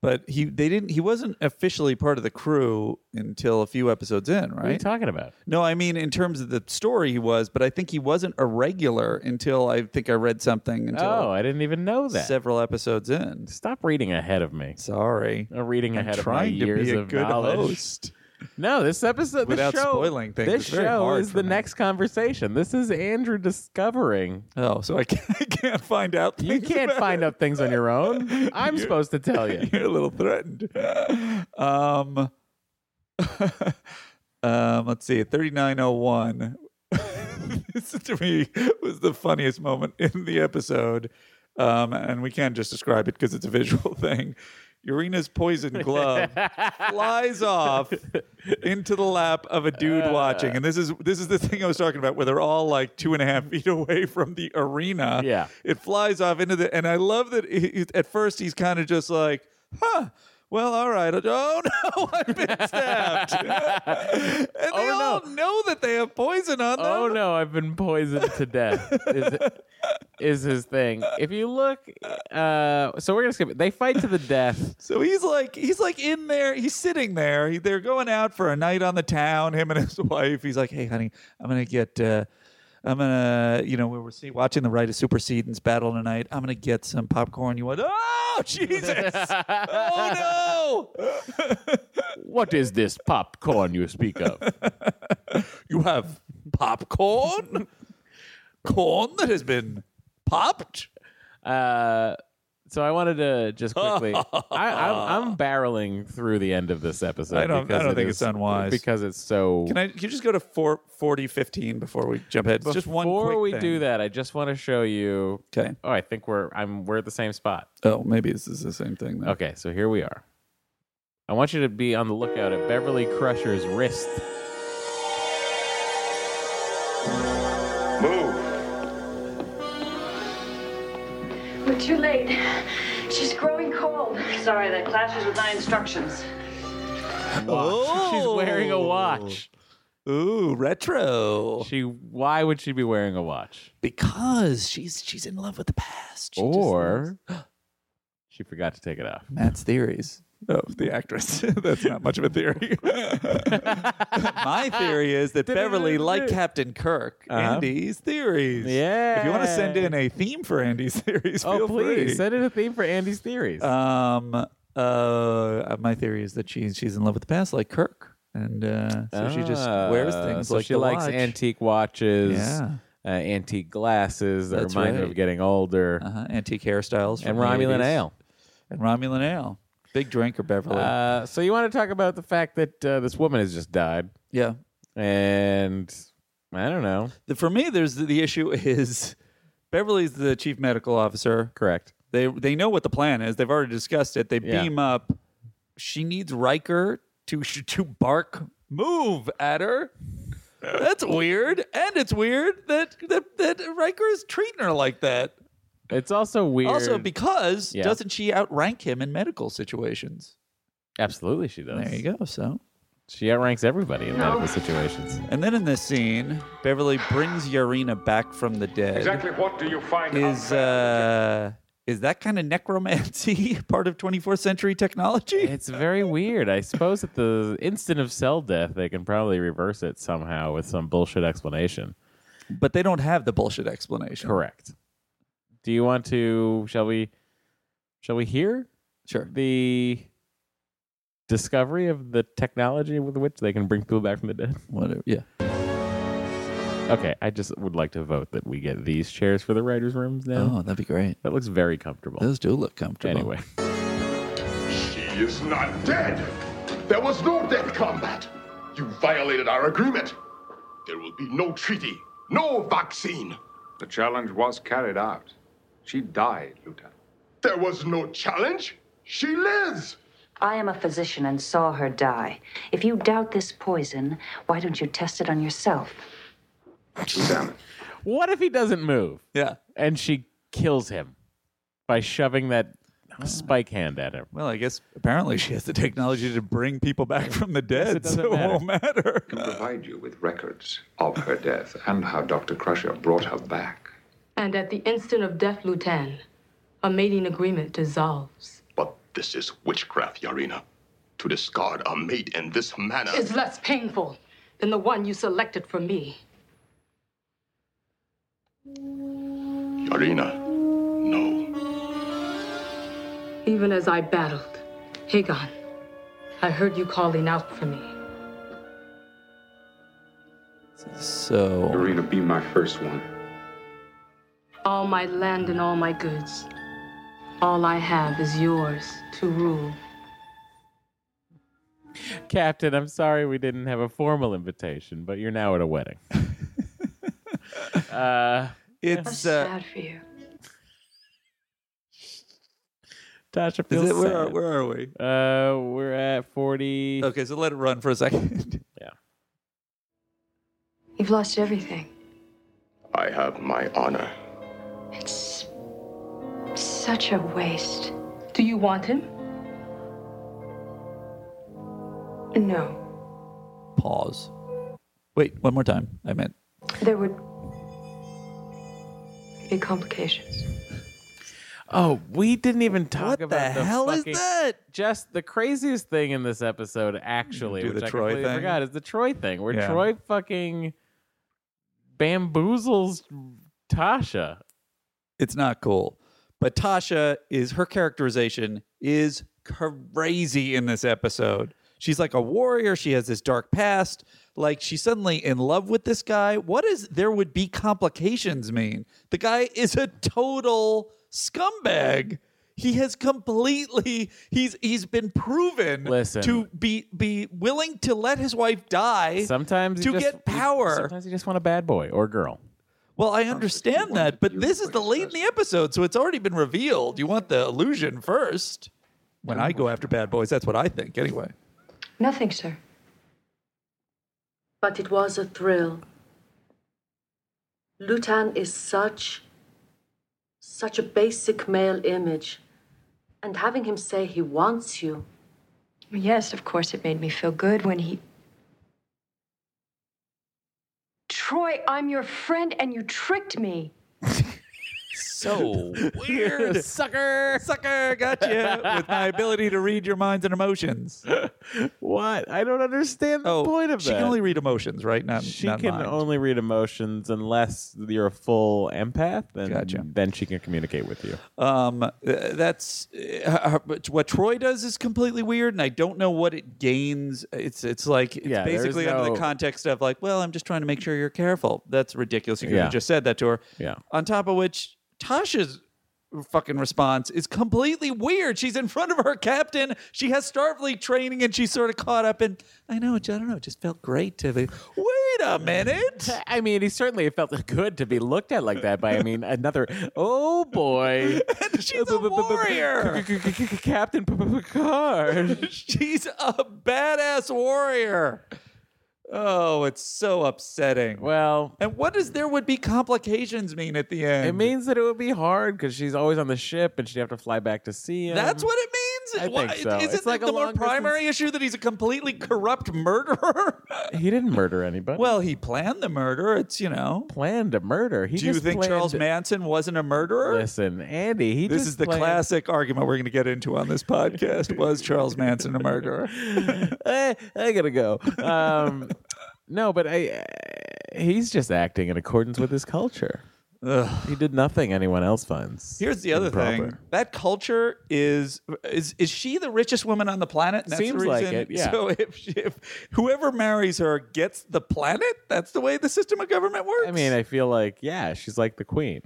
But he they didn't he wasn't officially part of the crew until a few episodes in, right? What are you talking about? No, I mean in terms of the story he was, but I think he wasn't a regular until I think I read something until oh, I didn't even know that. several episodes in. Stop reading ahead of me. Sorry. I'm reading I'm ahead of my trying to be years a of good knowledge. host. No, this episode, this Without show- spoiling things, This it's very show hard is for the me. next conversation. This is Andrew discovering. Oh, so I can't, I can't find out. You can't find out things on your own. I'm supposed to tell you. You're a little threatened. Um, um, let's see, 3901. this to me was the funniest moment in the episode. Um, and we can't just describe it because it's a visual thing. Urina's poison glove flies off into the lap of a dude Uh. watching, and this is this is the thing I was talking about, where they're all like two and a half feet away from the arena. Yeah. it flies off into the, and I love that. He, he- at first, he's kind of just like, "Huh, well, all right." Oh no, I've been stabbed. and they all know that they have poison on them. Oh no, I've been poisoned to death. Is, is his thing. If you look, uh, so we're gonna skip it. They fight to the death. So he's like he's like in there, he's sitting there. He, they're going out for a night on the town, him and his wife. He's like, "Hey honey, I'm going to get uh I'm gonna, you know, we were see, watching the Right of Supersedence battle tonight. I'm gonna get some popcorn. You want? Oh Jesus! oh no! What is this popcorn you speak of? you have popcorn, corn that has been popped. Uh, so I wanted to just quickly. I, I'm, I'm barreling through the end of this episode. I don't- I because don't it think is- it's unwise. because it's so. Can I? Can you just go to four forty fifteen before we jump ahead? It's just one. Before quick we thing. do that, I just want to show you. 'Kay. Oh, I think we're I'm we're at the same spot. Oh, maybe this is the same thing. Then. Okay, so here we are. I want you to be on the lookout at Beverly Crusher's wrist. We're too late. She's growing cold. Sorry, that clashes with my instructions. Watch. She's wearing a watch. Ooh, retro. She why would she be wearing a watch? because she's she's in love with the past. She just loves- Or she forgot to take it off. Matt's theories. Oh, the actress. That's not much of a theory. My theory is that Beverly, like Captain Kirk, Uh-huh. Andy's theories. Yeah. If you want to send in a theme for Andy's theories, Oh, feel please free. send in a theme for Andy's theories. Um, uh, my theory is that she's she's in love with the past, like Kirk, and uh, so she just wears Ah, things so like she the likes watch. antique watches, Yeah. uh, antique glasses that That's remind her right. of getting older, uh-huh. antique hairstyles from and the Romulan 80s. ale. and Romulan ale. Big drinker, Beverly. Uh, so you want to talk about the fact that uh, this woman has just died, yeah. and I don't know. The- For me, there's the, the issue is Beverly's the chief medical officer. Correct. They they know what the plan is. They've already discussed it. They Yeah. beam up. She needs Riker to sh- to bark move at her. That's weird, and it's weird that that, that Riker is treating her like that. It's also weird. Also, because Yeah. doesn't she outrank him in medical situations? absolutely she does. There you go. So She outranks everybody in medical situations. And then in this scene, Beverly brings Yarina back from the dead. Exactly what do you find Is uh, is that kind of necromancy part of 24th century technology? It's very weird. I suppose at the instant of cell death, they can probably reverse it somehow with some bullshit explanation. But they don't have the bullshit explanation. Correct. Do you want to? Shall we? Shall we hear? Sure. The discovery of the technology with which they can bring people back from the dead. Whatever. Yeah. Okay, I just would like to vote that we get these chairs for the writers' rooms now. Oh, that'd be great. That looks very comfortable. Those do look comfortable. Anyway, She is not dead. There was no dead combat. You violated our agreement. There will be no treaty, no vaccine. The challenge was carried out. She died, Lieutenant. There was no challenge. She lives. I am a physician and saw her die. If you doubt this poison, why don't you test it on yourself? Damn it. what if he doesn't move? Yeah. And she kills him by shoving that Ah. spike hand at him. Well, I guess apparently she has the technology to bring people back from the dead, it doesn't so it won't matter. can provide you with records of her death and how Dr. Crusher brought her back. And at the instant of death, Lutan, a mating agreement dissolves. But this is witchcraft, Yarina. To discard a mate in this manner. Is less painful than the one you selected for me. Yarina, no. Even as I battled, Hagon, I heard you calling out for me. So Arena, be my first one. All my land and all my goods. All I have is yours to rule. Captain, I'm sorry we didn't have a formal invitation, but you're now at a wedding. uh, it's I'm uh, sad for you. Tasha is feels it, where, are, sad. where are we? uh, we're at 40. Okay, so let it run for a second. Yeah. You've lost everything. I have my honor. It's such a waste. Do you want him? No, Pause. Wait, one more time. I meant there would be complications. Oh, we didn't even talk What about the hell is fucking- that? Just the craziest thing in this episode, actually, Do which the I Troy completely thing? forgot, is the Troy thing, where Yeah. Troy fucking bamboozles Tasha. it's not cool. But Tasha is her characterization is crazy in this episode. She's like a warrior. She has this dark past. Like she's suddenly in love with this guy. What is there would be complications mean? The guy is a total scumbag. He has completely he's he's been proven Listen. to be be willing to let his wife die Sometimes to you just- get power. Sometimes you just want a bad boy or girl. Well, I understand that, but this is the late in the episode, so it's already been revealed. You want the illusion first. When I go after bad boys, that's what I think anyway. Nothing, sir. But it was a thrill. Lutan is such, such a basic male image. And having him say he wants you, Yes, of course it made me feel good when he. Troy, I'm your friend and you tricked me. So You're a weird. sucker. Sucker, gotcha. With my ability to read your minds and emotions. What? I don't understand the Oh, point of she that. can only read emotions, right? Not she not can mind. only read emotions unless you're a full empath, and Gotcha. then she can communicate with you. Um, uh, that's uh, her- but what Troy does is completely weird, and I don't know what it gains. It's it's like it's Yeah, there's basically under no- the context of like, well, I'm just trying to make sure you're careful. That's ridiculous. You could Yeah. have just said that to her. Yeah. On top of which, Tasha's fucking response is completely weird. She's in front of her captain. She has Starfleet training, and she's sort of caught up in. I know. I don't know. It just felt great to be. Wait a minute. I mean, he certainly felt good to be looked at like that by, I mean, another, oh boy. She's a warrior. Captain Picard. She's a badass warrior. Oh, it's so upsetting. Well, and what does there would be complications mean at the end? it means that it would be hard because she's always on the ship and she'd have to fly back to see him. that's what it means. um, I Why- think so. Isn't It's like it a the more long distance- primary issue that he's a completely corrupt murderer? He didn't murder anybody. well, he planned the murder. It's you know. planned a murder. He Do you just think planned- Charles Manson wasn't a murderer? Listen, Andy, he This just is the planned- classic argument we're going to get into on this podcast. Was Charles Manson a murderer? Eh, I gotta go. Um, no, but I he's just acting in accordance with his culture. He did nothing anyone else finds. Here's the other improper. thing. That culture is is is she the richest woman on the planet? And Seems like it, yeah. So if, she, if whoever marries her gets the planet, that's the way the system of government works. I mean, I feel like yeah, she's like the queen,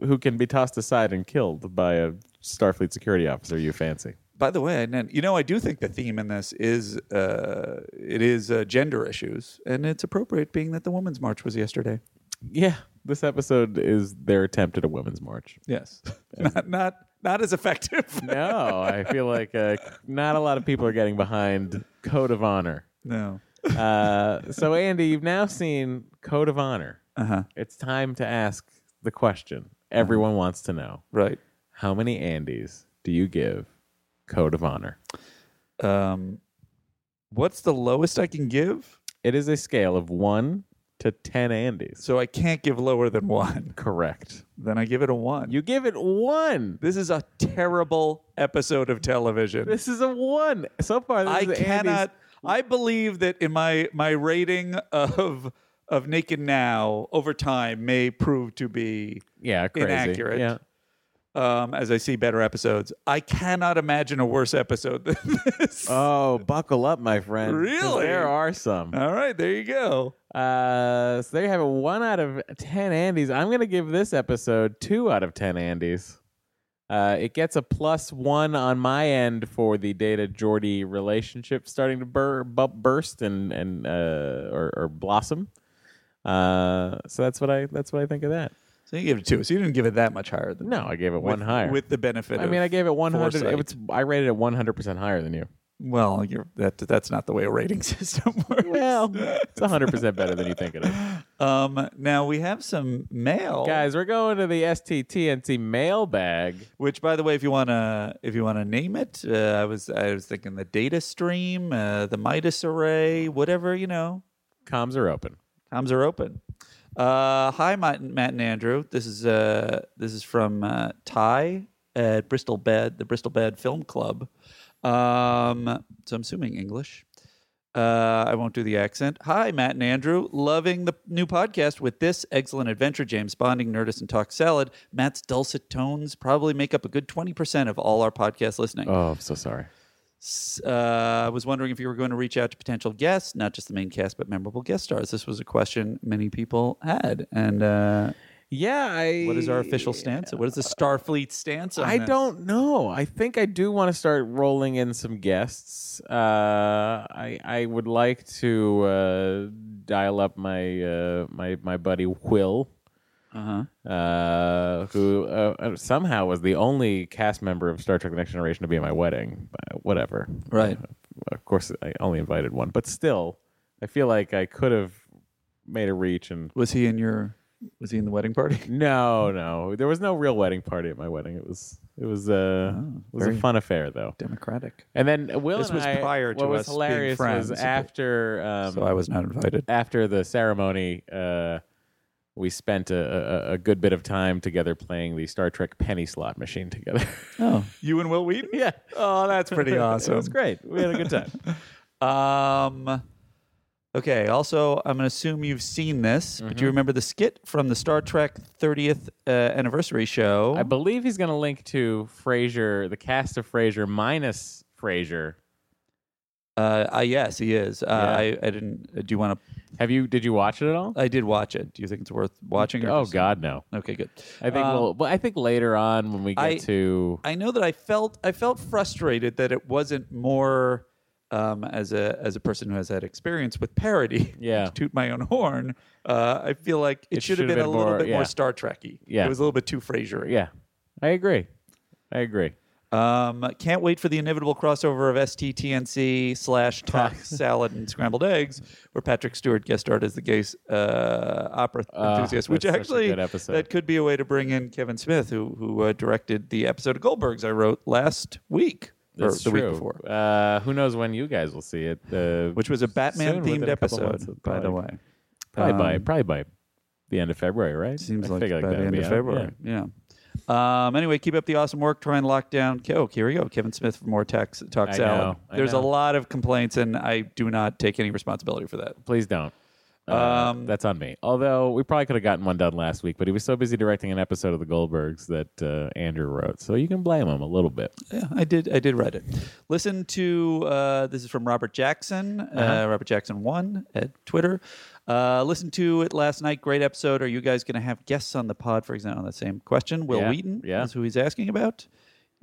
who can be tossed aside and killed by a Starfleet security officer you fancy. By the way, and then- you know, I do think the theme in this is uh, it is uh, gender issues, and it's appropriate being that the Women's March was yesterday. Yeah, this episode is their attempt at a women's march. Yes, not not not as effective. No, I feel like uh, not a lot of people are getting behind Code of Honor. No. Uh, so, Andy, you've now seen Code of Honor. Uh-huh. It's time to ask the question everyone wants to know. Right. How many Andys do you give Code of Honor? Um, what's the lowest I can give? It is a scale of one to 10 Andys. So I can't give lower than one. Correct. Then I give it a one. You give it one. This is a terrible episode of television. This is a one. So far, this I is Andy's- cannot. I believe that in my my rating of of Naked Now over time may prove to be Yeah, crazy. inaccurate. Yeah. Um, as I see better episodes, I cannot imagine a worse episode than this. Oh, buckle up, my friend. 'cause Really? There are some. All right, there you go. Uh, so there you have it. One out of ten Andes. I'm gonna give this episode two out of ten Andes. Uh, it gets a plus one on my end for the Data Jordy relationship starting to bur- bu- burst and and uh, or, or blossom. Uh, so that's what I that's what I think of that. So you gave it two. So you didn't give it that much higher than No, I gave it one with- higher. with the benefit. I mean, of I gave it 100. foresight. It's, I rated it 100 percent higher than you. well, you're, that that's not the way a rating system works. Well, it's 100 percent better than you think it is. Um, now we have some mail, Guys, we're going to the STTNT mailbag. Which, by the way, if you wanna if you wanna name it, uh, I was I was thinking the data stream, uh, the Midas array, whatever you know. Comms are open. Comms are open. Uh, hi, Matt, Matt and Andrew. This is uh, this is from uh, Ty at Bristol Bed, the Bristol Bed Film Club. Um, so I'm assuming English. Uh, I won't do the accent. Hi, Matt and Andrew. Loving the new podcast with this excellent adventure, James Bonding, Nerdist, and Talk Salad. Matt's dulcet tones probably make up a good 20% of all our podcast listening. Oh, I'm so sorry. S- uh, I was wondering if you were going to reach out to potential guests, not just the main cast, but memorable guest stars. This was a question many people had. And uh, Yeah, I. what is our official stance? What is the Starfleet stance on I this? don't know. I think I do want to start rolling in some guests. Uh, I I would like to uh, dial up my uh, my my buddy Will, Uh-huh. uh, who uh, somehow was the only cast member of Star Trek: The Next Generation to be at my wedding. But whatever. Right. of course, I only invited one, but still, I feel like I could have made a reach and Was he in your? Was he in the wedding party? No, no. There was no real wedding party at my wedding. It was it was uh Oh, it was a very fun affair though. Democratic. And then Will This and was I- prior to what was us being hilarious friends, was but- after um, so I was not invited. after the ceremony. Uh, we spent a, a, a good bit of time together playing the Star Trek penny slot machine together. Oh, you and Will Wheaton? yeah, Oh, that's pretty awesome. it was great. We had a good time. Um, okay. Also, I'm going to assume you've seen this, Mm-hmm. but do you remember the skit from the Star Trek 30th uh, anniversary show? I believe he's going to link to Frasier, the cast of Frasier minus Frasier. uh, uh, yes, he is. Uh, Yeah. I, I didn't. Uh, do you want to? Have you? Did you watch it at all? I did watch it. Do you think it's worth watching? or Oh just- God, no. Okay, good. I think Um, we'll. Well, I think later on when we get I- to I know that I felt I felt frustrated that it wasn't more um, as a as a person who has had experience with parody. Yeah. to toot my own horn. Uh, I feel like it, should have been, a little bit yeah. more Star Trekky. Yeah. it was a little bit too Frasier. yeah, I agree. I agree. Um, can't wait for the inevitable crossover of STTNC slash Talk Salad and Scrambled Eggs, where Patrick Stewart guest starred as the gay uh, opera Ah, enthusiast. Which that's such a actually, good episode. that could be a way to bring in Kevin Smith, who who uh, directed the episode of Goldbergs I wrote last week or That's the true. week before, Uh, who knows when you guys will see it? Uh, which was a Batman soon, within themed a couple episode, months, by the probably. way. Probably by Um, probably by the end of February, right? Seems I like, figure by the that'll end be of out, February. Yeah. Um, anyway, keep up the awesome work. Try and lock down. Oh, here we go. Kevin Smith for more tax, talk I salad. know, I There's know. a lot of complaints, and I do not take any responsibility for that. Please don't. Uh, Um, that's on me. Although we probably could have gotten one done last week, but he was so busy directing an episode of The Goldbergs that uh, Andrew wrote. So you can blame him a little bit. Yeah, I did. I did write it. Listen to uh, this is from Robert Jackson. uh Uh-huh. Robert Jackson one at Twitter. Uh, listen to it last night. Great episode. Are you guys going to have guests on the pod? For example, on that same question, Will Yeah, Wheaton. yeah. is who he's asking about.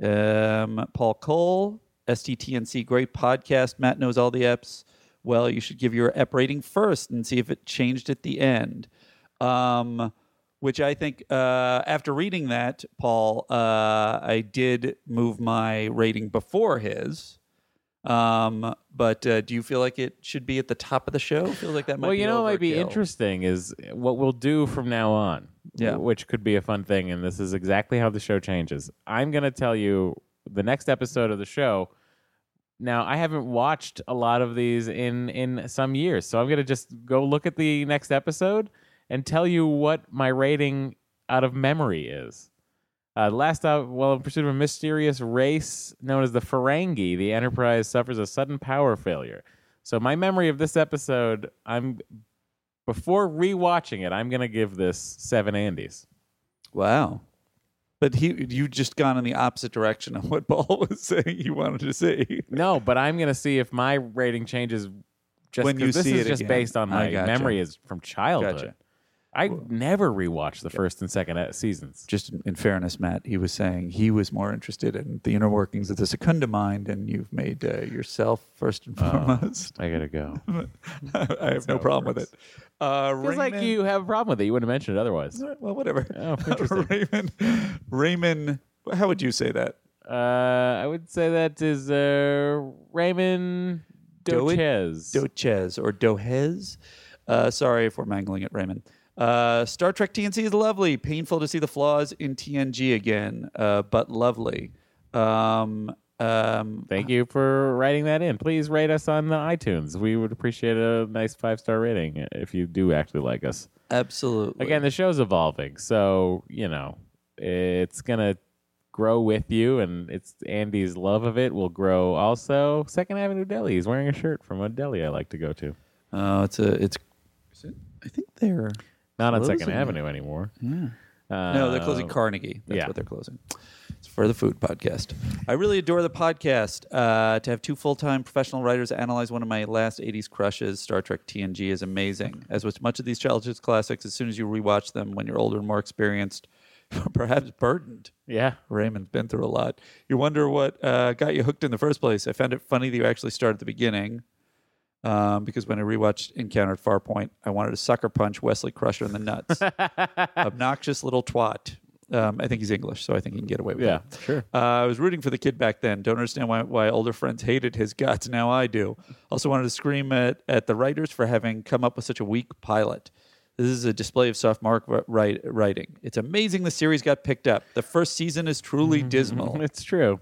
Um, Paul Cole, STTNC, great podcast. Matt knows all the eps. Well, you should give your ep rating first and see if it changed at the end. Um, which I think, uh, after reading that, Paul, uh, I did move my rating before his. Um, but uh, do you feel like it should be at the top of the show? Feels like that might. well, you be know, what might be overkill. interesting is what we'll do from now on, Yeah. which could be a fun thing. And this is exactly how the show changes. I'm going to tell you the next episode of the show. Now, I haven't watched a lot of these in in some years, so I'm going to just go look at the next episode and tell you what my rating out of memory is. Uh, last out, while in pursuit of a mysterious race known as the Ferengi, the Enterprise suffers a sudden power failure. So my memory of this episode, I'm before rewatching it, I'm gonna give this seven Andes. Wow. But he, you just gone in the opposite direction of what Paul was saying he wanted to say. No, but I'm gonna see if my rating changes. Just When 'cause you this see is it just again. based on I my gotcha. memory is from childhood. Gotcha. I never rewatched the first and second uh, seasons. Just in, in fairness, Matt, he was saying he was more interested in the inner workings of the Secunda mind, and you've made uh, yourself first and foremost. I gotta go. I have no problem with Oh. it. Uh, Feels like Raymond- you have a problem with it. You wouldn't have mentioned it otherwise. All right, Well, whatever. Oh, interesting. Raymond, Raymond, how would you say that? Uh, I would say that is uh, Raymond Doit- Dochez. Dochez or Dohez. Uh, sorry if we're mangling it, Raymond. Uh, Star Trek TNC is lovely. Painful to see the flaws in TNG again, uh, but lovely. Um, um, Thank you for writing that in. Please rate us on the iTunes. We would appreciate a nice five star rating if you do actually like us. absolutely. Again, the show's evolving, so you know it's gonna grow with you, and it's Andy's love of it will grow. Also, Second Avenue Deli is wearing a shirt from a deli I like to go to. Oh, it's a it's. Is it, I think they're Not on closing Hmm? Second it. Avenue anymore. Yeah. no, they're closing Uh, Carnegie. That's yeah. what they're closing. It's for the food podcast. I really adore the podcast. Uh, to have two full time professional writers analyze one of my last 80s crushes, Star Trek TNG, is amazing. As with much of these childhood classics, as soon as you rewatch them when you're older and more experienced, perhaps burdened. Yeah. Raymond's been through a lot. You wonder what uh, got you hooked in the first place. I found it funny that you actually started at the beginning um, because when I rewatched Encountered Farpoint, I wanted to sucker punch Wesley Crusher in the nuts. Obnoxious little twat. Um, I think he's English, so I think he can get away with Yeah, it. sure. Uh, I was rooting for the kid back then. Don't understand why, why older friends hated his guts. Now I do. Also wanted to scream at, at the writers for having come up with such a weak pilot. This is a display of sophomoric ri- write- writing. It's amazing the series got picked up. The first season is truly dismal. It's true.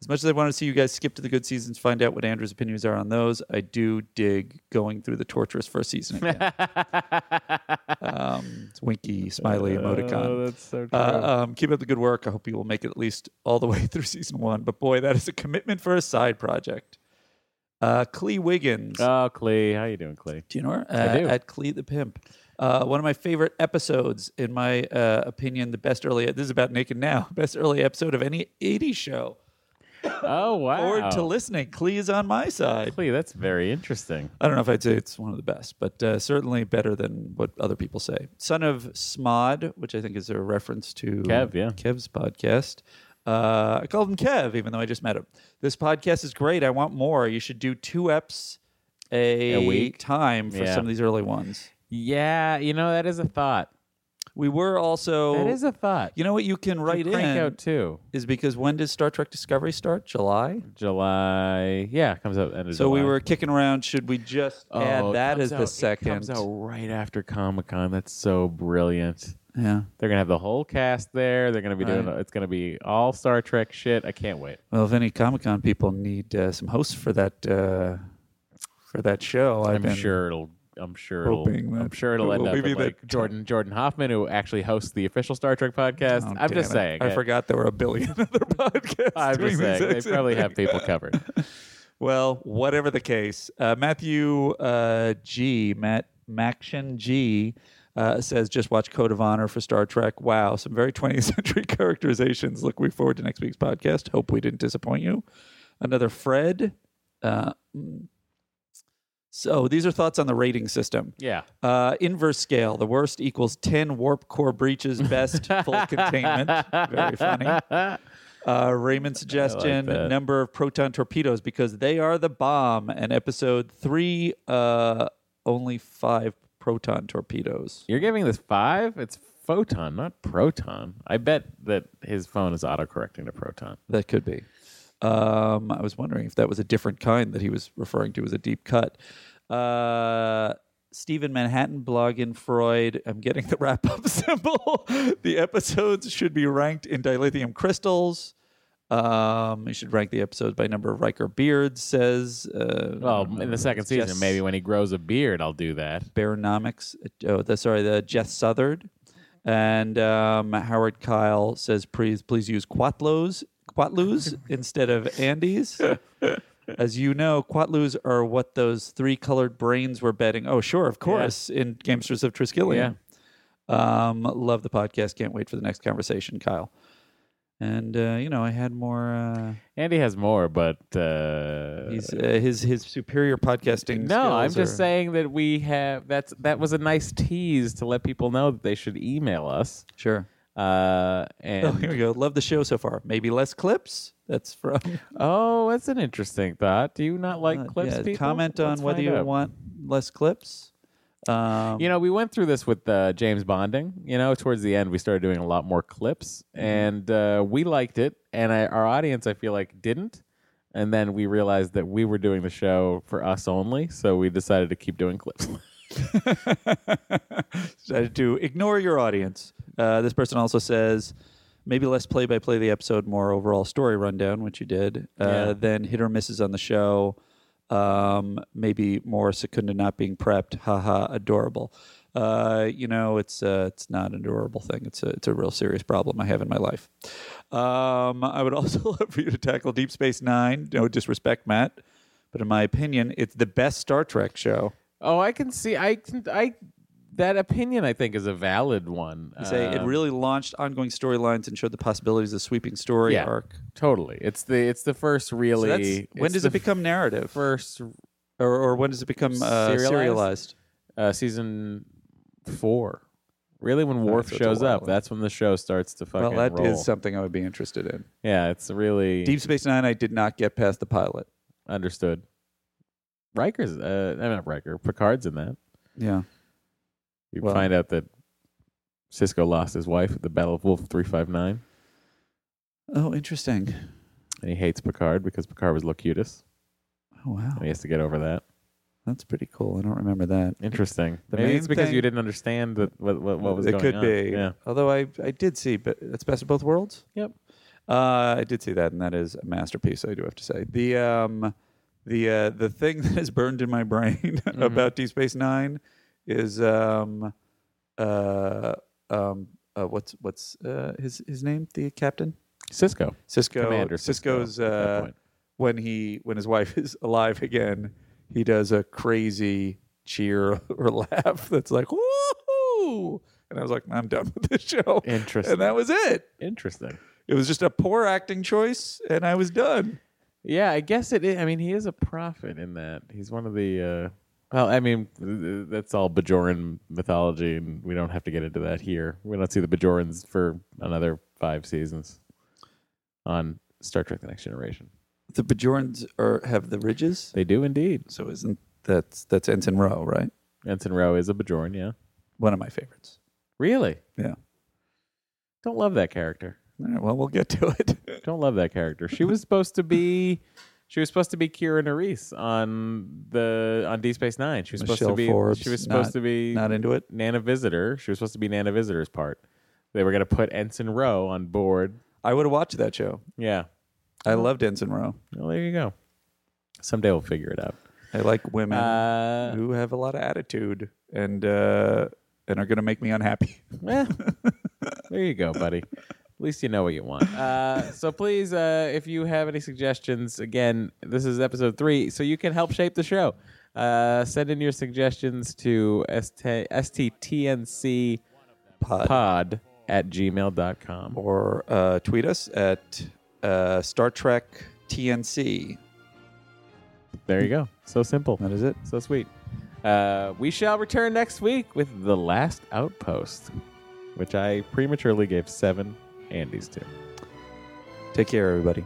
As much as I want to see you guys skip to the good seasons, find out what Andrew's opinions are on those, I do dig going through the torturous first season again. um, it's winky, smiley emoticon. Oh, that's so true. Uh, um, keep up the good work. I hope you will make it at least all the way through season one. But boy, that is a commitment for a side project. Uh, Clee Wiggins. oh, Clee, how you doing, Clee? Do you know her? I do. At Clee the Pimp. Uh, one of my favorite episodes, in my uh, opinion, the best early. This is about Naked Now. Best early episode of any '80s show. Oh, wow. Forward to listening. Clee is on my side. Clee, that's very interesting. I don't know if I'd say it's one of the best, but uh, certainly better than what other people say. Son of Smod, which I think is a reference to Kev, yeah. Kev's podcast. Uh, I called him Kev, even though I just met him. This podcast is great. I want more. You should do two eps a, A week? time for Yeah. some of these early ones. Yeah, you know that is a thought. We were also That is a thought. You know what you can write in crank out too. is because when does Star Trek Discovery start? July. July, yeah, it comes out end of So we July. were kicking around. Should we just Oh, add it that comes as out- the It second? comes out right after Comic Con. That's so brilliant. Yeah. They're gonna have the whole cast there. They're gonna be doing. Right. It's gonna be all Star Trek shit. I can't wait. Well, if any Comic Con people need uh, some hosts for that uh, for that show, I've I'm been sure it'll. I'm sure. It'll, hoping that I'm sure it'll it end will up be with, that- like Jordan Jordan Hoffman, who actually hosts the official Star Trek podcast. Oh, I'm damn just it. saying. I forgot there were a billion other podcasts. I'm doing just the saying. They exact same probably thing. have people covered. Well, whatever the case, uh, Matthew uh, G. Matt Maction G uh, says, just watch Code of Honor for Star Trek. Wow, some very 20th century characterizations. Looking forward to next week's podcast. Hope we didn't disappoint you. Another Fred. Uh, so these are thoughts on the rating system. Yeah. Uh, inverse scale. The worst equals 10 warp core breaches, best full containment. Very funny. Uh, Raymond's suggestion that. number of proton torpedoes because they are the bomb. And episode three, uh, only five proton torpedoes. You're giving this five? It's photon, not proton. I bet that his phone is autocorrecting to proton. That could be. Um, I was wondering if that was a different kind that he was referring to as a deep cut. Uh, Stephen Manhattan blog in Freud. I'm getting the wrap up symbol. the episodes should be ranked in dilithium crystals. Um, you should rank the episodes by number of Riker beards. Says uh, Well, in the second season, Jess- maybe when he grows a beard, I'll do that. Baronomics. Oh, the, sorry, the Jeff Southard and um, Howard Kyle says, please please use Quatlos Quatlus instead of Andes. As you know, Quatlus are what those three colored brains were betting. Oh, sure, of course, in Gamesters of Triskelion. Um, love the podcast. Can't wait for the next conversation, Kyle. And uh, you know, I had more. Uh, Andy has more, but uh, he's, uh, his his superior podcasting. No, I'm skills just are- saying that we have that's that was a nice tease to let people know that they should email us. Sure. Uh, and Oh, here we go. Love the show so far. Maybe less clips. That's from. uh, Oh, that's an interesting thought. Do you not like clips? yeah, people? comment Let's on whether find you out. want less clips. Um, You know, we went through this with uh, James Bonding. You know, towards the end, we started doing a lot more clips, and uh, we liked it, and I, our audience, I feel like, didn't. And then we realized that we were doing the show for us only, so we decided to keep doing clips. decided to ignore your audience. Uh, this person also says maybe less play by play of the episode, more overall story rundown, which you did, uh, Yeah. then hit or misses on the show. Um, maybe more Secunda not being prepped. Haha, adorable. Uh, you know, it's uh, it's not an adorable thing. It's a it's a real serious problem I have in my life. Um, I would also love for you to tackle Deep Space Nine. No disrespect, Matt, but in my opinion, it's the best Star Trek show. oh, I can see. I can. I that opinion, I think, is a valid one. You say it Um, really launched ongoing storylines and showed the possibilities of sweeping story Yeah, arc. Totally, it's the it's the first really. that's- when it's does the it become narrative? First, or, or when does it become uh, serialized? Uh, season four. Really, when Worf so it's a shows while up, that's when the show starts to fucking Well, that is roll. something I would be interested in. Yeah, it's really Deep Space Nine. I did not get past the pilot. understood. Riker's, uh, I'm not Riker. Picard's in that. Yeah. You Well- find out that Cisco lost his wife at the Battle of Wolf 359, Oh, interesting. and he hates Picard because Picard was Locutus. Oh wow, And he has to get over that. that's pretty cool. I don't remember that. Interesting. The Maybe main it's because thing- you didn't understand that what, what, what was it going could on. be. Yeah. Although I I did see, but it's best of both worlds. Yep. Uh, I did see that, and that is a masterpiece. I do have to say the um the uh, the thing that is burned in my brain Mm-hmm. about Deep Space Nine is um uh um uh, what's what's uh, his his name the captain Cisco. Cisco Commander Sisko Cisco's at that uh, point. when he when his wife is alive again he does a crazy cheer or laugh that's like woohoo and I was like I'm done with this show Interesting. and that was it Interesting. it was just a poor acting choice and I was done Yeah, I guess it. Is. I mean, he is a prophet in that he's one of the. Uh, well, I mean, th- th- that's all Bajoran mythology, and we don't have to get into that here. We don't see the Bajorans for another five seasons on Star Trek: The Next Generation. the Bajorans are have the ridges They do indeed. so isn't that's that's Ensign Rowe right Ensign Rowe is a Bajoran. Yeah, one of my favorites really. yeah Don't love that character. all right well we'll get to it Don't love that character. She was supposed to be. She was supposed to be Kira Nerys on the on D Space Nine. She was supposed Michelle to be. Forbes, she was supposed not- to be not into it Nana Visitor. She was supposed to be Nana Visitor's part. They were going to put Ensign Rowe on board. I would have watched that show Yeah. I loved Ensign Rowe Well, there you go. Someday we'll figure it out. I like women Uh, who have a lot of attitude and uh, and are going to make me unhappy. eh, there you go, buddy. At least you know what you want. Uh, so please, uh, if you have any suggestions, again, this is episode three, so you can help shape the show. Uh, send in your suggestions to ST- sttnc pod. at gmail.com. Or uh, tweet us at uh, Star Trek TNC. There you go. So simple. That is it. So sweet. Uh, we shall return next week with The Last Outpost, which I prematurely gave seven Andes to. Take care, everybody.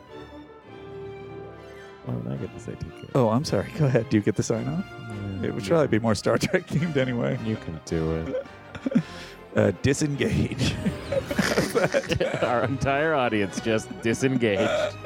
Why did I get to say take care? Oh, I'm sorry. Go ahead. Do you get the sign off? It would probably be more Star Trek themed anyway. You can do it. Uh, disengage. Our entire audience just disengaged.